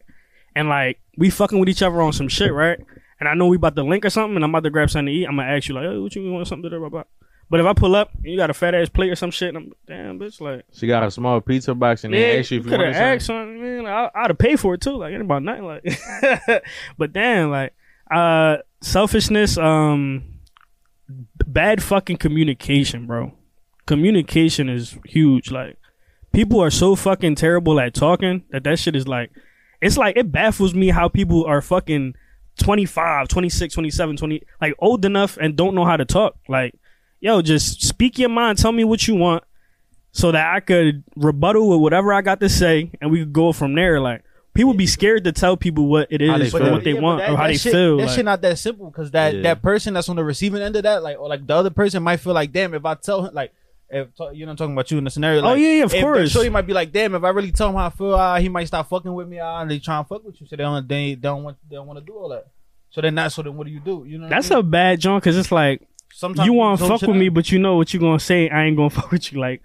Speaker 5: And like we fucking with each other on some shit, right? And I know we about to link or something, and I'm about to grab something to eat. I'm gonna ask you like, "Hey, what you want something to do?" Blah, blah. But if I pull up and you got a fat ass plate or some shit, and I'm damn bitch like.
Speaker 3: She got a small pizza box and
Speaker 5: Yeah,
Speaker 3: they asked you if you
Speaker 5: could have
Speaker 3: wanted something.
Speaker 5: asked something, man. I, I'd have paid for it too. Like, it ain't about nothing. Like, but damn, like, uh, selfishness, um, b- bad fucking communication, bro. Communication is huge. Like, people are so fucking terrible at talking that that shit is like, it's like, it baffles me how people are fucking 25, 26, 27, 20, like old enough and don't know how to talk. Like, yo, just speak your mind. Tell me what you want so that I could rebuttal with whatever I got to say, and we could go from there. Like people be scared to tell people what it
Speaker 3: How they
Speaker 5: is
Speaker 3: feel.
Speaker 5: or what they
Speaker 4: yeah, but
Speaker 5: want
Speaker 4: that-
Speaker 5: or how
Speaker 4: that
Speaker 5: they
Speaker 4: shit,
Speaker 5: feel.
Speaker 4: That
Speaker 5: like,
Speaker 4: shit not that simple because that
Speaker 3: Yeah.
Speaker 4: that person that's on the receiving end of that, like, or like the other person might feel like, damn, if I tell him, like, if you know, I'm talking about you in the scenario.
Speaker 5: Oh,
Speaker 4: like,
Speaker 5: yeah, yeah, of
Speaker 4: if
Speaker 5: course.
Speaker 4: So he might be like, damn, if I really tell him how I feel, uh, he might stop fucking with me. Uh, they try and fuck with you, so they don't, they don't want, they don't want to do all that. So then, not so then, what do you do? You know, what I
Speaker 5: that's
Speaker 4: mean?
Speaker 5: a bad joint because it's like
Speaker 4: sometimes
Speaker 5: you
Speaker 4: people
Speaker 5: want to
Speaker 4: talk
Speaker 5: fuck
Speaker 4: shit
Speaker 5: with
Speaker 4: out.
Speaker 5: me, but you know what you gonna say. I ain't gonna fuck with you. Like,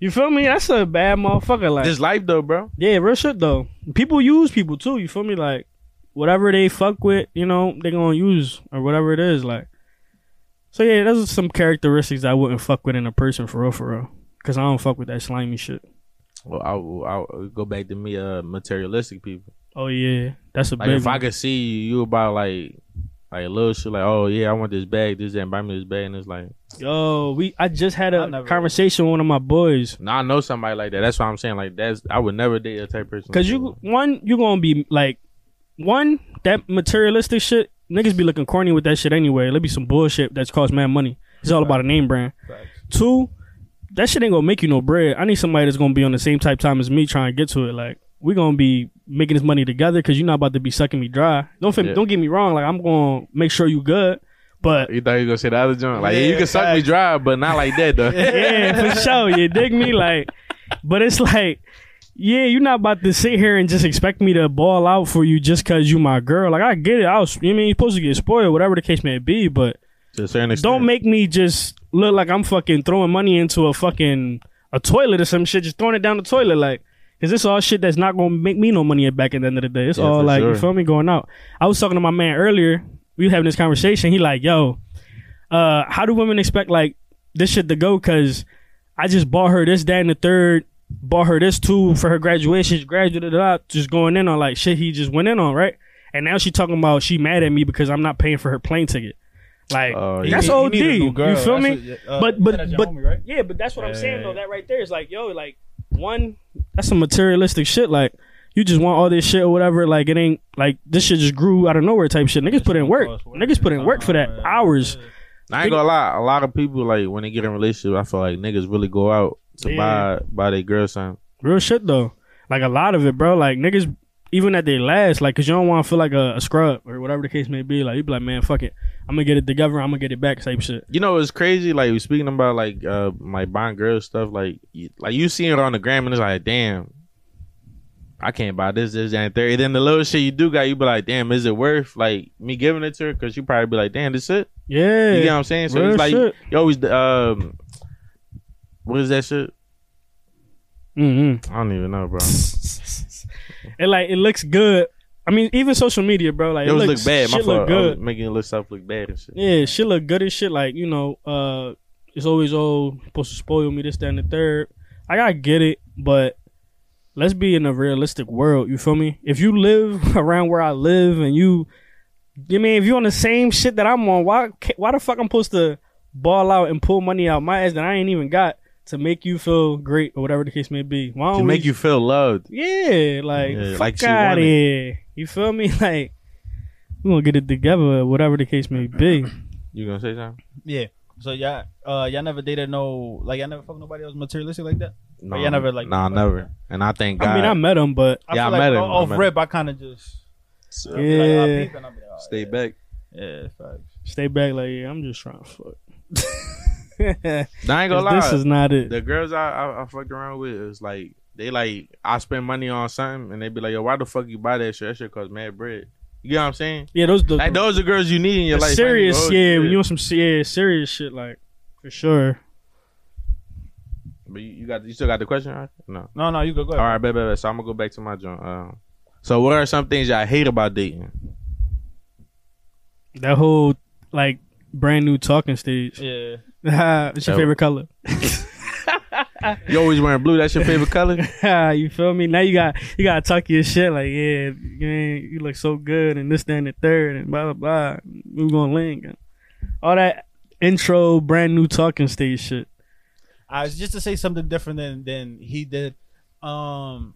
Speaker 5: you feel me? That's a bad motherfucker. Like,
Speaker 3: This life though, bro.
Speaker 5: yeah, real shit though. People use people too. You feel me? Like, whatever they fuck with, you know, they gonna use or whatever it is. Like, so yeah, those are some characteristics I wouldn't fuck with in a person for real, for real. Cause I don't fuck with that slimy shit.
Speaker 3: Well, I'll, I'll go back to me, uh, materialistic people.
Speaker 5: Oh yeah, that's a
Speaker 3: Like
Speaker 5: big.
Speaker 3: if I
Speaker 5: one.
Speaker 3: could see you about like, like little shit, like oh yeah, I want this bag, this and buy me this bag, and it's like,
Speaker 5: Yo, we I just had
Speaker 4: I
Speaker 5: a
Speaker 4: never-
Speaker 5: conversation with one of my boys.
Speaker 3: nah, I know somebody like that. That's why I'm saying like that's I would never date a type of person. like
Speaker 5: Cause
Speaker 3: that.
Speaker 5: you one, you gonna be like one that materialistic shit. Niggas be looking corny with that shit anyway. Let be some bullshit that's cost mad money. It's all about a name brand.
Speaker 4: Facts.
Speaker 5: Two, that shit ain't gonna make you no bread. I need somebody that's gonna be on the same type time as me trying to get to it. Like we gonna be making this money together because you're not about to be sucking me dry. Don't feel,
Speaker 3: Yeah.
Speaker 5: don't get me wrong. Like I'm gonna make sure you good, but
Speaker 3: You thought you was gonna say the other joint? Like yeah, you
Speaker 4: Yeah,
Speaker 3: can suck me
Speaker 4: facts.
Speaker 3: dry, but not like that though.
Speaker 5: yeah, for sure. You dig me? Like, but it's like, yeah, you're not about to sit here and just expect me to ball out for you just because you my girl. Like, I get it. I was, you mean, you're supposed to get spoiled, whatever the case may be, but
Speaker 3: to a certain extent.
Speaker 5: don't make me just look like I'm fucking throwing money into a fucking a toilet or some shit, just throwing it down the toilet, like. Cause this all shit that's not gonna make me no money back at the end of the day. It's
Speaker 3: Yeah,
Speaker 5: all
Speaker 3: for
Speaker 5: like
Speaker 3: sure.
Speaker 5: you feel me going out. I was talking to my man earlier. We were having this conversation. He like, yo, uh, how do women expect like this shit to go? Cause I just bought her this, that, and the third. Bought her this too for her graduation. She graduated out, just going in on like shit he just went in on, right? And now she talking about she mad at me because I'm not paying for her plane ticket. Like
Speaker 3: Oh,
Speaker 5: that's
Speaker 3: yeah.
Speaker 4: You
Speaker 5: OD.
Speaker 4: need a new
Speaker 5: You,
Speaker 4: girl.
Speaker 5: feel
Speaker 4: That's
Speaker 5: me?
Speaker 4: what- uh,
Speaker 5: But-
Speaker 4: you
Speaker 5: but-
Speaker 4: said that's your
Speaker 5: but-
Speaker 4: homie, right?
Speaker 5: Yeah, but that's what I'm saying though.
Speaker 4: Yeah.
Speaker 5: That right there is like, yo, like one, that's some materialistic shit. Like you just want all this shit or whatever. Like it ain't like this shit just grew out of nowhere type shit. Niggas put in work. Niggas put in work for that hours.
Speaker 3: I ain't gonna lie. A lot of people like when they get in relationship, I feel like niggas really go out to
Speaker 5: Yeah.
Speaker 3: buy buy their girl something.
Speaker 5: Real shit though. Like a lot of it, bro. Like niggas, even at their last, like, cause you don't want to feel like a, a scrub or whatever the case may be. Like you be like, man, fuck it, I'm gonna get it together. I'm gonna get it back type shit.
Speaker 3: You know, it's crazy. Like speaking about like uh my bond girl stuff. Like you, like you see it on the gram and it's like, damn, I can't buy this, this, that, and third. And then the little shit you do got, you be like, damn, is it worth like me giving it to her? Because you probably be like, damn, this it.
Speaker 5: Yeah.
Speaker 3: You get what I'm saying? So
Speaker 5: Real
Speaker 3: it's like
Speaker 5: shit.
Speaker 3: you always um, what is that shit?
Speaker 5: Mm-hmm.
Speaker 3: I don't even know, bro.
Speaker 5: it like it looks good. I mean, even social media, bro. Like
Speaker 3: It
Speaker 5: it
Speaker 3: was
Speaker 5: looks,
Speaker 3: look bad. My
Speaker 5: Shit look
Speaker 3: fault. I was
Speaker 5: good.
Speaker 3: Making it look stuff look bad and shit.
Speaker 5: Yeah, shit look good as shit. Like you know, uh, it's always oh supposed to spoil me this, that, and the third. I gotta get it, but let's be in a realistic world. You feel me? If you live around where I live and you, you mean if you on the same shit that I'm on, why ca- why the fuck I'm supposed to ball out and pull money out my ass that I ain't even got to make you feel great or whatever the case may be? Why
Speaker 3: To
Speaker 5: don't
Speaker 3: make
Speaker 5: we
Speaker 3: you feel loved.
Speaker 5: Yeah, like
Speaker 3: Yeah,
Speaker 5: fuck
Speaker 3: like she
Speaker 5: out
Speaker 3: wanted.
Speaker 5: here. You feel me? Like we gonna get it together, whatever the case may be.
Speaker 3: You gonna say something?
Speaker 4: Yeah. So y'all, uh, y'all never dated no, like y'all never fucked nobody else materialistic like that.
Speaker 3: No,
Speaker 4: yeah, never, like,
Speaker 3: nah,
Speaker 4: like
Speaker 3: never.
Speaker 4: that.
Speaker 3: And I thank God.
Speaker 5: I mean, I met him, but
Speaker 3: Yeah, I
Speaker 4: feel
Speaker 3: met him.
Speaker 4: Off
Speaker 3: I met
Speaker 4: rip, I kind of just I'll be like, I'll
Speaker 5: yeah,
Speaker 4: peep and I'll be like, oh,
Speaker 3: stay
Speaker 4: yeah.
Speaker 3: back.
Speaker 4: Yeah, facts.
Speaker 5: stay back. Like, yeah, I'm just trying to fuck. 'Cause
Speaker 3: Nah, I ain't gonna lie.
Speaker 5: this is not it.
Speaker 3: the girls I, I I fucked around with is like they like I spend money on something and they be like, yo, why the fuck you buy that shit? That shit costs mad bread. You get what I'm saying?
Speaker 5: yeah, those the,
Speaker 3: Like
Speaker 5: the
Speaker 3: those are girls you need in your life.
Speaker 5: serious.
Speaker 3: Like, oh,
Speaker 5: yeah,
Speaker 3: shit.
Speaker 5: when you want some se- yeah serious shit, like for sure.
Speaker 3: But you, you got you still got the question? Right? No.
Speaker 4: No, no, you go go.
Speaker 3: All
Speaker 4: Ahead.
Speaker 3: right, bet, bet, bet. So I'm gonna go back to my joint. Um, so what are some things y'all hate about dating?
Speaker 5: That whole like brand new talking stage.
Speaker 4: Yeah.
Speaker 5: What's your
Speaker 3: That-
Speaker 5: favorite color?
Speaker 3: You always wearing blue. That's your favorite color.
Speaker 5: you feel me? Now you got you gotta talk your shit like yeah, man, you look so good and this, that, and the third and blah blah blah. We gonna link all that intro, brand new talking stage shit.
Speaker 4: I was just to say something different than than he did. Um,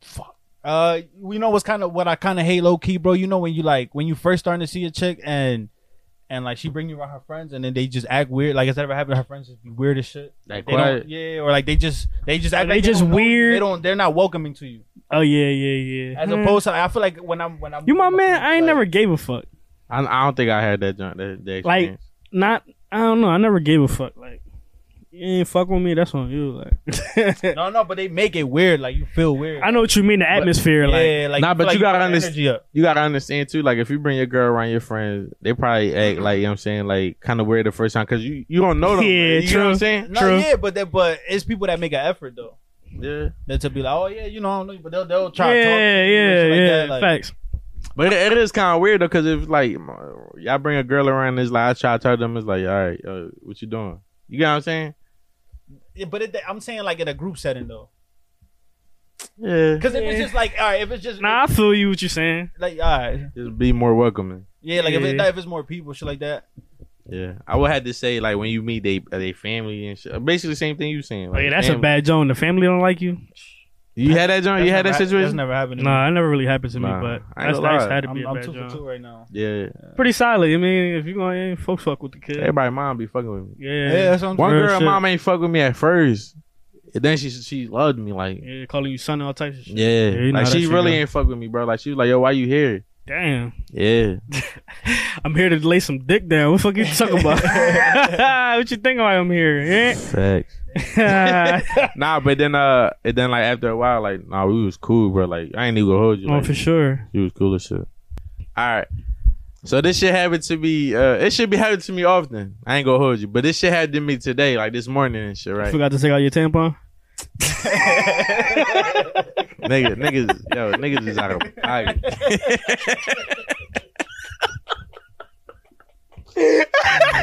Speaker 4: fuck. Uh, you know what's kind of what I kind of hate low key, bro. You know when you like when you first starting to see a chick and and like she bring you around her friends and then they just act weird. Like it's never happened. Her friends just be weird as shit.
Speaker 3: Like
Speaker 4: They
Speaker 3: quiet.
Speaker 4: don't, yeah, or like they just they just act
Speaker 5: they
Speaker 4: like
Speaker 5: just
Speaker 4: don't know you.
Speaker 5: weird?
Speaker 4: They don't. They're not welcoming to you.
Speaker 5: Oh yeah, yeah, yeah.
Speaker 4: As
Speaker 5: Man,
Speaker 4: opposed to, I feel like when I'm when I'm
Speaker 5: you my man. I ain't
Speaker 4: like,
Speaker 5: never gave a fuck.
Speaker 3: I, I don't think I had that joint. That, that
Speaker 5: Like-
Speaker 3: experience.
Speaker 5: Not I don't know. I never gave a fuck. Like you ain't fuck with me, that's on you. Like,
Speaker 4: No, no, but they make it weird. Like you feel weird.
Speaker 5: I know what you mean. The atmosphere, like,
Speaker 4: yeah, like
Speaker 3: Nah,
Speaker 4: feel
Speaker 3: but
Speaker 4: like
Speaker 3: you gotta
Speaker 4: got
Speaker 3: underst-
Speaker 4: energy up.
Speaker 3: You gotta understand too, like if you bring your girl around your friends, they probably act like you know what I'm saying, like kind of weird the first time because you you don't know them.
Speaker 5: Yeah,
Speaker 3: you know what
Speaker 5: true.
Speaker 3: I'm saying?
Speaker 4: No,
Speaker 5: True.
Speaker 4: yeah, but that, but it's people that make an effort though.
Speaker 3: Yeah,
Speaker 4: That to be like, oh yeah, you know, I don't know, you, but they'll they'll
Speaker 5: yeah,
Speaker 4: try to talk. to you and
Speaker 5: yeah,
Speaker 4: shit like
Speaker 5: yeah.
Speaker 4: that, like-
Speaker 5: Facts.
Speaker 3: but it, it is kind of weird though because if like y'all bring a girl around, it's like I try to tell them, it's like all right, uh, what you doing? You get what I'm saying?
Speaker 4: Yeah, but it, I'm saying like in a group setting though,
Speaker 3: Yeah,
Speaker 4: because if it's
Speaker 5: Yeah.
Speaker 4: just like, all right, if it's just
Speaker 5: Nah, I feel you. What you saying?
Speaker 4: like, all right,
Speaker 3: just be more welcoming.
Speaker 4: yeah, like if it's
Speaker 5: Yeah.
Speaker 4: if it's more people, shit like that.
Speaker 3: Yeah, I would have to say like when you meet they they family and shit. Basically, the same thing you saying.
Speaker 5: Oh,
Speaker 3: like,
Speaker 5: yeah, that's a
Speaker 3: family.
Speaker 5: bad joke. The family don't like you.
Speaker 4: Mm-hmm.
Speaker 3: You had that joint.
Speaker 4: That's
Speaker 3: Oh, You had
Speaker 4: never
Speaker 3: that
Speaker 4: hap- That's
Speaker 3: situation.
Speaker 4: never happened. To
Speaker 5: Nah, it never really happened to me,
Speaker 3: Nah,
Speaker 5: but
Speaker 3: I ain't
Speaker 5: that's,
Speaker 3: gonna
Speaker 5: that's
Speaker 3: lie.
Speaker 5: had to
Speaker 4: me.
Speaker 5: be
Speaker 4: I'm,
Speaker 5: a
Speaker 4: I'm
Speaker 5: bad
Speaker 4: two for
Speaker 5: joke.
Speaker 4: two right now.
Speaker 3: yeah,
Speaker 5: Pretty solid. I mean, if you going, to folks fuck with the kid.
Speaker 3: everybody mom be fucking with me.
Speaker 5: Yeah,
Speaker 4: Yeah, that's what I'm
Speaker 3: One
Speaker 5: Real
Speaker 3: girl,
Speaker 5: shit.
Speaker 3: mom ain't fuck with me at first. And then she she loved me like
Speaker 5: Yeah, calling you son and all types of shit.
Speaker 3: yeah,
Speaker 5: Yeah, you know
Speaker 3: like
Speaker 5: how
Speaker 3: she
Speaker 5: that shit
Speaker 3: really
Speaker 5: go.
Speaker 3: ain't fuck with me, bro. Like she was like, yo, why you here?
Speaker 5: Damn,
Speaker 3: Yeah,
Speaker 5: I'm here to lay some dick down. What the fuck you talking about? what you think why I'm here?
Speaker 3: facts.
Speaker 5: Yeah.
Speaker 3: Nah, but then uh, and then like after a while, like nah, we was cool, bro. Like I ain't even gonna hold you.
Speaker 5: oh,
Speaker 3: Like,
Speaker 5: for sure.
Speaker 3: She was cool as shit. All right. So this shit happened to me. Uh, it should be happening to me often. I ain't gonna hold you, but this shit happened to me today, like this morning and shit, right?
Speaker 5: Forgot to take out your tampon.
Speaker 3: Nigga, niggas, yo, niggas is out of pocket. Hey,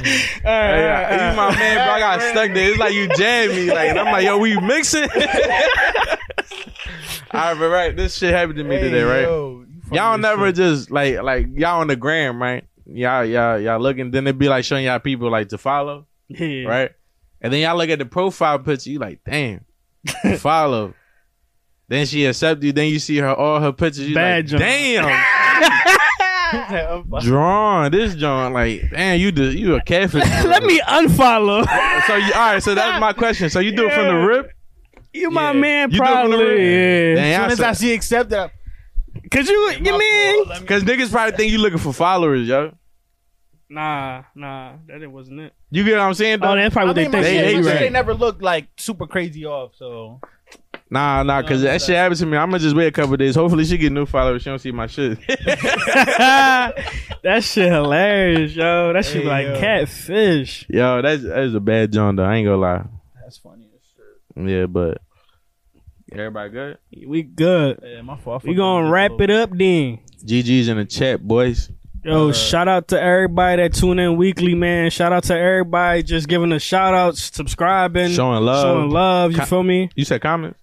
Speaker 3: uh, you my man, bro. I got stuck there. It's like you jammed me, like, and I'm like, yo, we mixing. All right, but right, this shit happened to me today, right? y'all never just like like y'all on the gram, right? Y'all y'all y'all looking, then it be like showing y'all people like to follow,
Speaker 5: Yeah.
Speaker 3: right? And then y'all look at the profile picture, you like, damn, follow. Then she accept you. Then you see her all her pictures. You
Speaker 5: Bad
Speaker 3: like,
Speaker 5: joint.
Speaker 3: damn, drawn this John. Like, damn, you do, you a catfish.
Speaker 5: Let me unfollow.
Speaker 3: So you, all right, so that's my question. So you do it from the
Speaker 5: Yeah.
Speaker 3: rip?
Speaker 5: you my
Speaker 4: Yeah.
Speaker 5: man,
Speaker 3: You do it from the
Speaker 5: probably.
Speaker 3: rip?
Speaker 5: Yeah.
Speaker 4: As soon as I
Speaker 3: Damn,
Speaker 4: see accepted, I-
Speaker 5: Cause you, you mean?
Speaker 3: because niggas probably think you looking for followers, yo.
Speaker 5: Nah, nah, that it wasn't it.
Speaker 3: You get what I'm saying? Though?
Speaker 5: Oh, that's probably
Speaker 4: I mean,
Speaker 5: what they
Speaker 4: my
Speaker 5: think.
Speaker 3: they
Speaker 4: shit-
Speaker 3: hate
Speaker 4: my shit
Speaker 3: rap.
Speaker 4: ain't never looked like super crazy off. So
Speaker 3: Nah, nah, cause
Speaker 4: No,
Speaker 3: that shit happened to me. I'ma just wait a couple days. Hopefully she get new followers. She don't see my shit.
Speaker 5: that shit hilarious, yo. That shit
Speaker 4: Hey,
Speaker 5: like
Speaker 4: yo.
Speaker 5: catfish.
Speaker 3: Yo, that's that is a bad John though. I ain't gonna lie.
Speaker 4: that's funny as shit.
Speaker 3: Yeah, but everybody good.
Speaker 5: We good.
Speaker 4: Yeah, my fault.
Speaker 5: We gonna wrap it up then.
Speaker 3: GG's in the chat, boys.
Speaker 5: Yo,
Speaker 4: Uh,
Speaker 5: shout out to everybody that tune in weekly, man. Shout out to everybody just giving us shout outs, subscribing,
Speaker 3: Showing love.
Speaker 5: showing love. You
Speaker 3: Co-
Speaker 5: feel me?
Speaker 3: You said comments.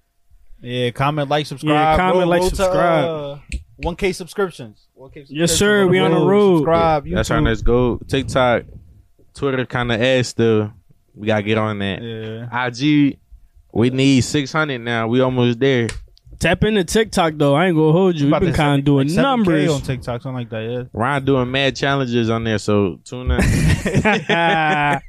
Speaker 4: Yeah, comment, like, subscribe.
Speaker 5: Yeah, comment, like,
Speaker 4: uh, One K subscriptions. 1K subscriptions.
Speaker 5: Yes, sir,
Speaker 4: on
Speaker 5: we on the road.
Speaker 4: Subscribe.
Speaker 3: That's our
Speaker 4: YouTube.
Speaker 3: next goal. TikTok, Twitter, kind of ass still. We gotta get on that.
Speaker 4: Yeah.
Speaker 3: IG, we need six hundred now. We almost there.
Speaker 5: Tap into TikTok though. I ain't gonna hold you. We've
Speaker 4: About
Speaker 5: been
Speaker 4: that 70
Speaker 5: kind of doing
Speaker 4: 7K
Speaker 5: numbers.
Speaker 4: on TikTok, something like that. Yeah.
Speaker 3: Ron doing mad challenges on there, so tune in.
Speaker 5: Shout